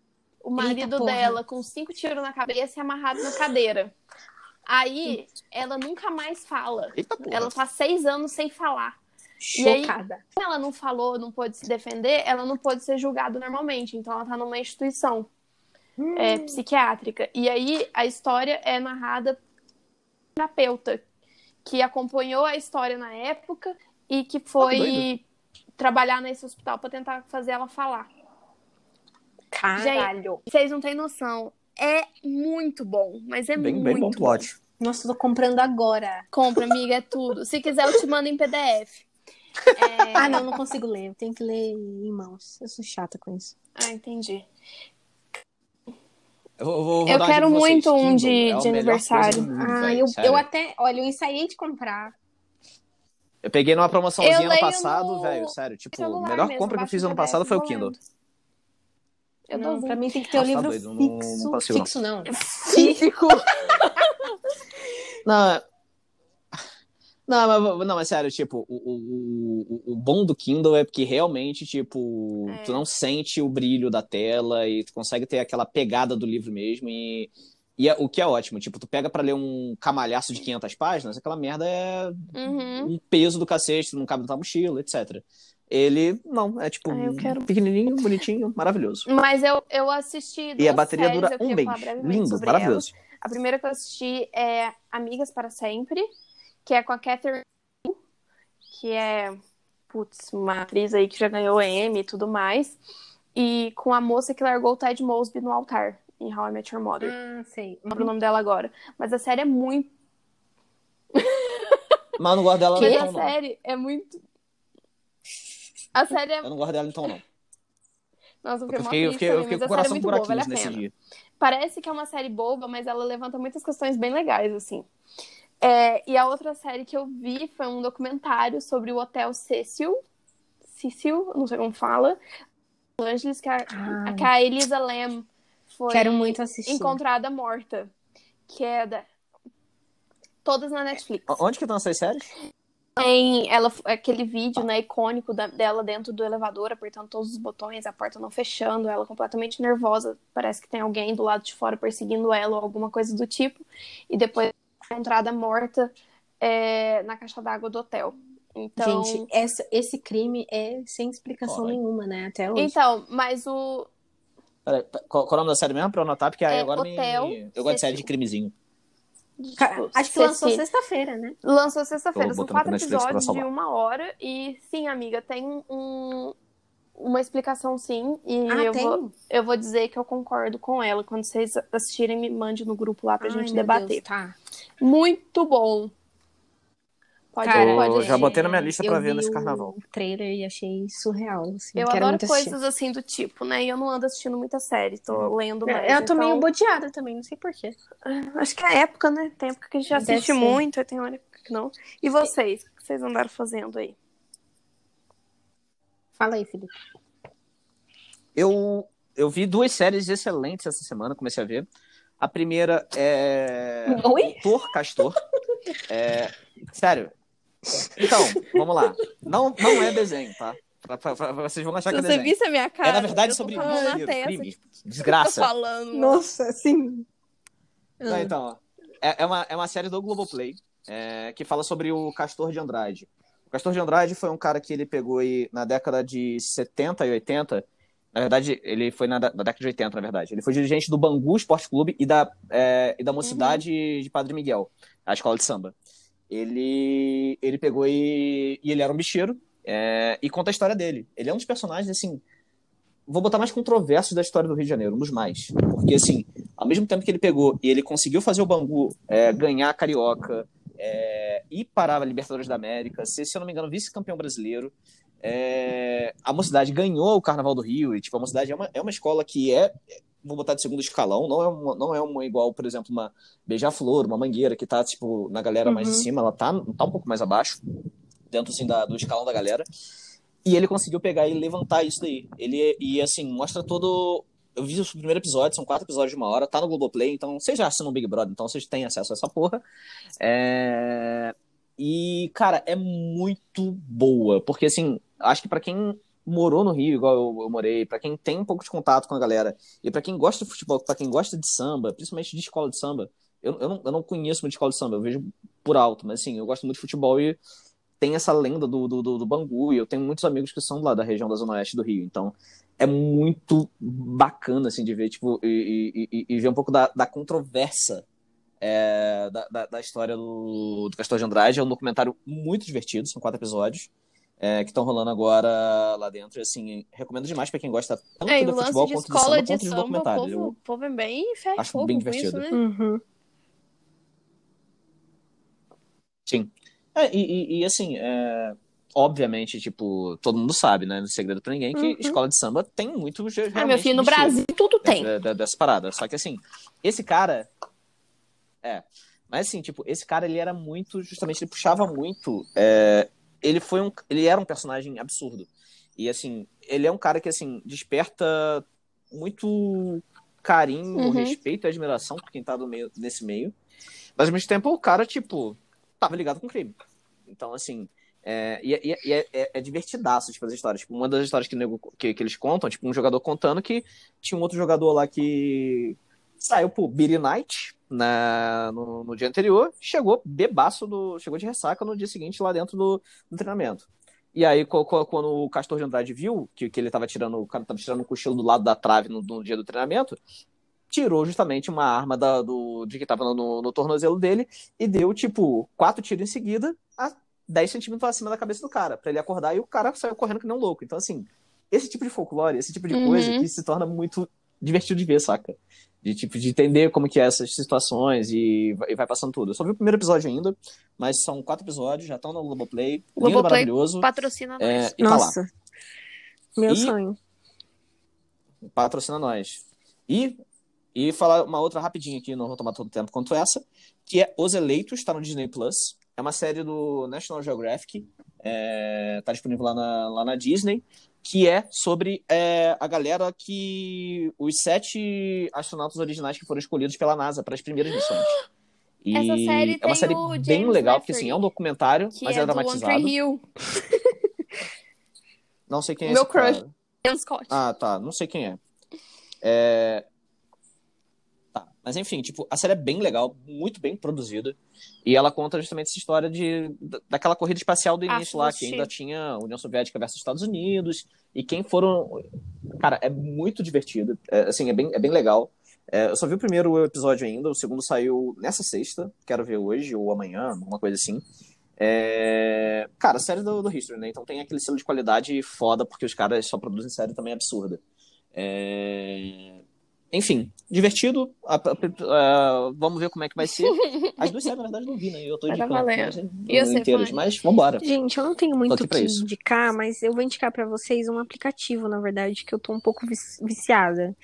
o marido porra. dela com cinco tiros na cabeça e amarrado na cadeira. Aí, Hum. ela nunca mais fala. Eita porra. Ela tá seis anos sem falar. aí- chocada. Como ela não falou, não pôde se defender, ela não pôde ser julgada normalmente. Então ela tá numa instituição é, Hum. psiquiátrica. E aí a história é narrada por um terapeuta que acompanhou a história na época e que Ah, foi que trabalhar nesse hospital pra tentar fazer ela falar. Caralho. Vocês não têm noção. É muito bom, mas é Bem, muito bem bom plot. Nossa, eu tô comprando agora. Compra, amiga, é tudo. Se quiser, eu te mando em PDF. É... Ah, não, não consigo ler. Eu tenho que ler em mãos. Eu sou chata com isso. Ah, entendi. Eu, vou- vou- vou Eu dar uma dica quero pra vocês. muito um Kindle de- é a de melhor coisa do aniversário. mundo, Ah, velho, eu, sério. eu até. Olha, eu ensaiei de comprar. Eu peguei numa Eu promoçãozinha leio ano passado, no velho, sério. Tipo, a celular melhor mesmo, compra que eu baixo fiz no ano PDF, passado foi o vou Kindle. lendo. Eu não, dou pra link. mim tem que ter o Nossa, livro doido, não- não fixo. consigo, não. fixo não. físico. Não, não, mas, não, mas sério, tipo, o, o, o, o bom do Kindle é porque realmente, tipo, É. tu não sente o brilho da tela e tu consegue ter aquela pegada do livro mesmo e... E é- o que é ótimo, tipo, tu pega pra ler um camalhaço de 500 páginas, aquela merda é Uhum. um peso do cacete, não cabe na tua mochila, etc. Ele, não, é tipo, Ah, eu quero- pequenininho, bonitinho, maravilhoso. Mas eu, eu assisti duas E a bateria séries, eu dura um queria mês. falar brevemente Lindo, sobre maravilhoso. elas. A primeira que eu assisti é Amigas para Sempre, que é com a Catherine, Bigelow, que é, putz, uma atriz aí que já ganhou Emmy e tudo mais, e com a moça que largou o Ted Mosby no altar, em How I Met Your Mother. Ah, sei. Não Uhum. lembro o nome dela agora. Mas a série é muito. Mas eu não gosto dela Mas então, a não. série é muito. A série é. Eu não gosto dela então, não. Nossa, eu fiquei Eu mó fiquei, eu triste fiquei, eu também, fiquei com mas a o série é coração muito por boa, vale a buraquinhos nesse pena. dia. Parece que é uma série boba, mas ela levanta muitas questões bem legais, assim. É, e a outra série que eu vi foi um documentário sobre o Hotel Cecil. Cecil, não sei como fala. Los Angeles, que a, Ah. que a Elisa Lam foi Quero muito assistir. encontrada morta. Que é da... Todas na Netflix. O- Onde que estão essas séries? Tem ela, aquele vídeo né, icônico da- dela dentro do elevador, apertando todos os botões, a porta não fechando, ela completamente nervosa. Parece que tem alguém do lado de fora perseguindo ela ou alguma coisa do tipo. E depois encontrada morta é, na caixa d'água do hotel. Então, Gente, essa- esse crime é sem explicação Olha. nenhuma, né? Até hoje. então mas o. Peraí, qual, qual é o nome da série mesmo pra eu anotar? Porque aí É agora me- Hotel me- eu gosto de série de crimezinho. Tipo, Acho que lançou Ceci. sexta-feira, né? Lançou Tô sexta-feira. São botando quatro pra Netflix pra episódios de salvar. uma hora. E sim, amiga, tem um- uma explicação sim. E Ah, eu, tem? Vou, eu vou dizer que eu concordo com ela. Quando vocês assistirem, me mande no grupo lá pra Ai, gente meu debater. Deus, Tá. Muito bom. Pode Cara, ir, pode eu ir. já botei na minha lista eu pra ver vi nesse o carnaval. trailer e achei surreal. assim, Eu quero adoro muito assistir. coisas assim do tipo, né? E eu não ando assistindo muita série, Uhum. tô lendo mais. É, Eu tô então- meio bodeada também, não sei porquê. Acho que é a época, né? Tem época que a gente Deve assiste ser. muito, aí tem hora que não. E vocês? O que vocês andaram fazendo aí? Fala aí, Felipe. Eu, eu vi duas séries excelentes essa semana, comecei a ver. A primeira é. Oi? Doutor Castor. É, Sério. Então, vamos lá. Não, não é desenho, tá? Pra- pra- pra- Vocês vão achar que é você desenho. visse a minha cara. é, na verdade, eu tô sobre com a mão na crime, testa, crime, tipo, tô desgraça. falando. Nossa, sim. Não, Ah. então, ó. é, é uma, é uma série do Globoplay é, que fala sobre o Castor de Andrade. O Castor de Andrade foi um cara que ele pegou e, na década de 70 e 80. Na verdade, ele foi na, da- na década de 80, na verdade. Ele foi dirigente do Bangu Esporte Clube e da, é, e da Mocidade de Padre Miguel, a escola de samba. Ele, ele pegou e, e ele era um bicheiro é, e conta a história dele. Ele é um dos personagens, assim, vou botar mais controversos da história do Rio de Janeiro, um dos mais. Porque, assim, ao mesmo tempo que ele pegou e ele conseguiu fazer o Bangu é, ganhar a Carioca, é, ir para a Libertadores da América, ser, se eu não me engano, vice-campeão brasileiro, é, a Mocidade ganhou o Carnaval do Rio, e, tipo, a Mocidade é uma, é uma escola que é, é, vou botar de segundo escalão, não é uma, não é uma igual, por exemplo, uma Beija-Flor, uma Mangueira, que tá, tipo, na galera mais de Uhum. cima, ela tá, tá um pouco mais abaixo, dentro, assim, da- do escalão da galera. E ele conseguiu pegar e levantar isso daí. Ele, e assim, mostra todo. Eu vi o primeiro episódio, são quatro episódios de uma hora, tá no Globoplay, então vocês já assinam o Big Brother, então vocês têm acesso a essa porra. É, E, cara, é muito boa, porque assim, acho que pra quem morou no Rio, igual eu, eu morei, pra quem tem um pouco de contato com a galera, e pra quem gosta de futebol, pra quem gosta de samba, principalmente de escola de samba, eu, eu, não, eu não conheço muito escola de samba, eu vejo por alto, mas assim, eu gosto muito de futebol e tem essa lenda do, do, do, do Bangu, e eu tenho muitos amigos que são lá da região da Zona Oeste do Rio, então é muito bacana, assim, de ver, tipo, e, e, e- e ver um pouco da, da controvérsia é, da, da, da história do, do Castor de Andrade, é um documentário muito divertido, são quatro episódios, é, que estão rolando agora lá dentro, e, assim, recomendo demais pra quem gosta tanto É, e do o lance futebol de quanto do escola samba, de quanto de samba, o documentário. povo, o povo é bem fé acho fogo bem com isso, divertido. né? Uhum. Sim. É, e, e- e, assim, é, obviamente, tipo, todo mundo sabe, né? Não é segredo pra ninguém, que Uhum. escola de samba tem muito. ge- Ah, meu realmente, É, filho, no bicheiro Brasil tudo tem. dentro da- da- dessa parada. Só que assim, esse cara. É. Mas assim, tipo, esse cara ele era muito. Justamente, ele puxava muito. é, ele foi um. Ele era um personagem absurdo. E assim, ele é um cara que, assim, desperta muito carinho, Uhum. respeito e admiração por quem tá do meio, nesse meio. Mas ao mesmo tempo, o cara, tipo, tava ligado com crime. Então, assim. É, e e- e é, é, é divertidaço, tipo, as histórias. Tipo, uma das histórias que, o nego- que, que eles contam, tipo, um jogador contando que tinha um outro jogador lá que saiu pro Billy Knight na, no, no dia anterior, chegou bebaço, do, chegou de ressaca no dia seguinte lá dentro do, do treinamento. E aí, co- co- quando o Castor de Andrade viu que, que ele tava tirando, o cara tava tirando o cochilo do lado da trave no, no dia do treinamento, tirou justamente uma arma da- do, de que tava no, no tornozelo dele e deu, tipo, quatro tiros em seguida a 10 centímetros acima da cabeça do cara, pra ele acordar, e o cara saiu correndo que nem um louco. Então, assim, esse tipo de folclore, esse tipo de coisa Uhum. que se torna muito divertido de ver, saca? De, tipo, de entender como que é essas situações e vai, e vai passando tudo. Eu só vi o primeiro episódio ainda, mas são quatro episódios, já estão no Globoplay. Lindo, Globoplay maravilhoso. Patrocina nós. É, e tá lá. Nossa. Meu E- sonho. patrocina nós. E, e falar uma outra rapidinha aqui, não vou tomar tanto tempo quanto essa, que é Os Eleitos, tá no Disney Plus. É uma série do National Geographic, é, tá disponível lá na, lá na Disney, que é sobre é, a galera que. os sete astronautas originais que foram escolhidos pela NASA para as primeiras missões. E Essa série é uma tem série o bem James legal, porque Lafferty, assim, é um documentário, Que mas é, é do One dramatizado. Tree Hill. Não sei quem é Meu esse cara. crush. Dan um Scott. Ah, tá. Não sei quem é. É. Tá. Mas enfim, tipo, a série é bem legal, muito bem produzida. E ela conta justamente essa história de, da- daquela corrida espacial do Ah, início lá, que assisti. ainda tinha União Soviética versus Estados Unidos, e quem foram. Cara, é muito divertido. É, assim, é bem, é bem legal. É, eu só vi o primeiro episódio ainda, o segundo saiu nessa sexta, quero ver hoje ou amanhã, alguma coisa assim. É... Cara, série do, do History, né? Então tem aquele selo de qualidade foda, porque os caras só produzem série também absurda. É... Enfim, divertido. A- a- a- vamos ver como é que vai ser. As duas séries, na verdade, não vi, né? Eu tô Vai dar indicando valendo. mas, E você, inteiras, Fanny? mas vambora. Gente, eu não tenho Tô muito aqui o pra que isso. indicar, mas eu vou indicar pra vocês um aplicativo, na verdade, que eu tô um pouco vici- viciada.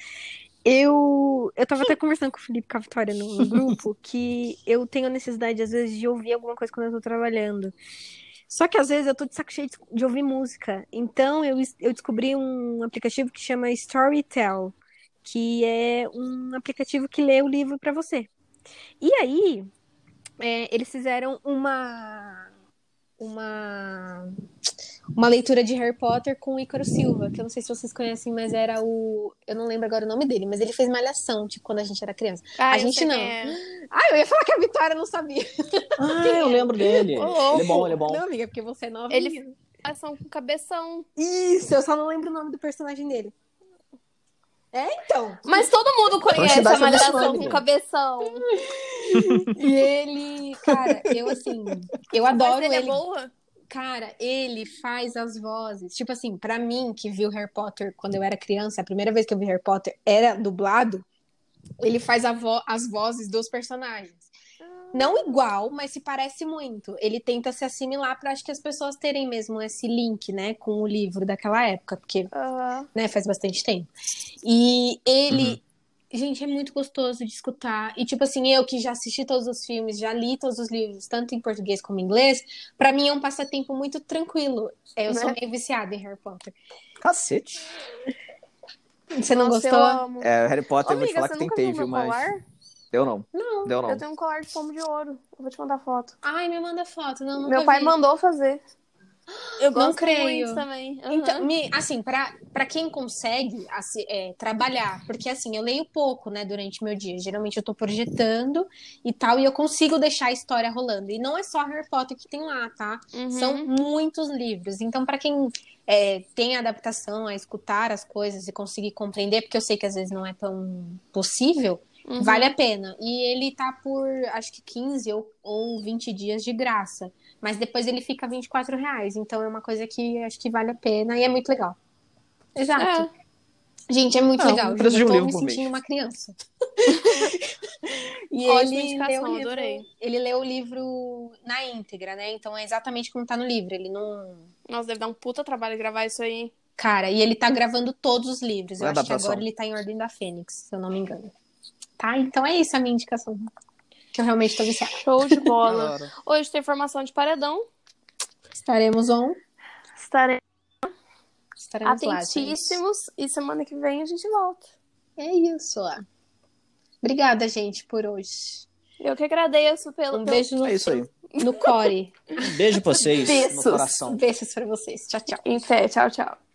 Eu, eu tava até conversando com o Felipe Cavitória no, no grupo que eu tenho necessidade, às vezes, de ouvir alguma coisa quando eu tô trabalhando. Só que às vezes eu tô de saco cheio de- de ouvir música. Então eu, es- eu descobri um aplicativo que chama Storytel, que é um aplicativo que lê o livro pra você. E aí, é, eles fizeram uma uma uma leitura de Harry Potter com o Ícaro Silva, que eu não sei se vocês conhecem, mas era o eu não lembro agora o nome dele, mas ele fez malhação, tipo quando a gente era criança. Ah, A eu gente sei não. quem é. Ah, eu ia falar que a Vitória não sabia. Ah, eu lembro dele. Ô, louco. Ele é bom, ele é bom. Não, amiga, porque você é nova. Ele- menina. Ação com cabeção. Isso, eu só não lembro o nome do personagem dele. É, então. Mas todo mundo conhece Quantidade a malhação né? absurda. com cabeção. E ele, cara, eu assim, eu adoro Mas ele. ele é boa? Cara, ele faz as vozes. Tipo assim, pra mim que viu Harry Potter quando eu era criança, a primeira vez que eu vi Harry Potter era dublado. Ele faz a vo- as vozes dos personagens. Não igual, mas se parece muito. Ele tenta se assimilar pra acho que as pessoas terem mesmo esse link, né, com o livro daquela época, porque, Aham. né, faz bastante tempo. E ele, gente, é muito gostoso de escutar. E tipo assim, eu que já assisti todos os filmes, já li todos os livros, tanto em português como em inglês, pra mim é um passatempo muito tranquilo. Eu sou Né? meio viciada em Harry Potter. Cacete. Você não Nossa, gostou? Eu amo. É, Harry Potter, Ô, eu vou te amiga, falar você que nunca tentei, viu viu? meu Mas colar? deu não. Não. Deu não. Eu tenho um colar de pomo de ouro. Eu vou te mandar foto. Ai, me manda foto. Não, nunca Meu pai vi. mandou fazer. Eu Não gosto creio. muito também. Aham. Então, me- assim, pra pra quem consegue assim, é, trabalhar, porque assim, eu leio pouco, né, durante meu dia. Geralmente eu tô projetando e tal, e eu consigo deixar a história rolando. E não é só Harry Potter que tem lá, tá? Uhum. São muitos livros. Então, para quem é, tem adaptação a escutar as coisas e conseguir compreender, porque eu sei que às vezes não é tão possível, Uhum. vale a pena. E ele tá por acho que 15 ou, ou 20 dias de graça. Mas depois ele fica R$ 24 reais. Então é uma coisa que acho que vale a pena e é muito legal. Exato. É. Gente, é muito É, o legal. preço de um eu tô livro me por mês. sentindo uma criança. e Ótima ele indicação, leu, o livro, adorei. ele leu o livro na íntegra, né? Então é exatamente como tá no livro. Ele não. Nossa, deve dar um puta trabalho gravar isso aí. hein? Cara, e ele tá gravando todos os livros. Eu Uma acho que adaptação. agora ele tá em Ordem da Fênix, se eu não me engano. Tá? Então é isso a minha indicação. Que eu realmente tô viciada. Show de bola. Claro. Hoje tem formação de paredão. Estaremos on. Estaremos Estaremos lá. gente. atentíssimos. E semana que vem a gente volta. É isso. ó. Obrigada, gente, por hoje. Eu que agradeço pelo. Um beijo no, É isso aí. no core. Um beijo pra vocês. Beijos. No coração. Beijos pra vocês. Tchau, tchau. Em pé. Tchau, tchau.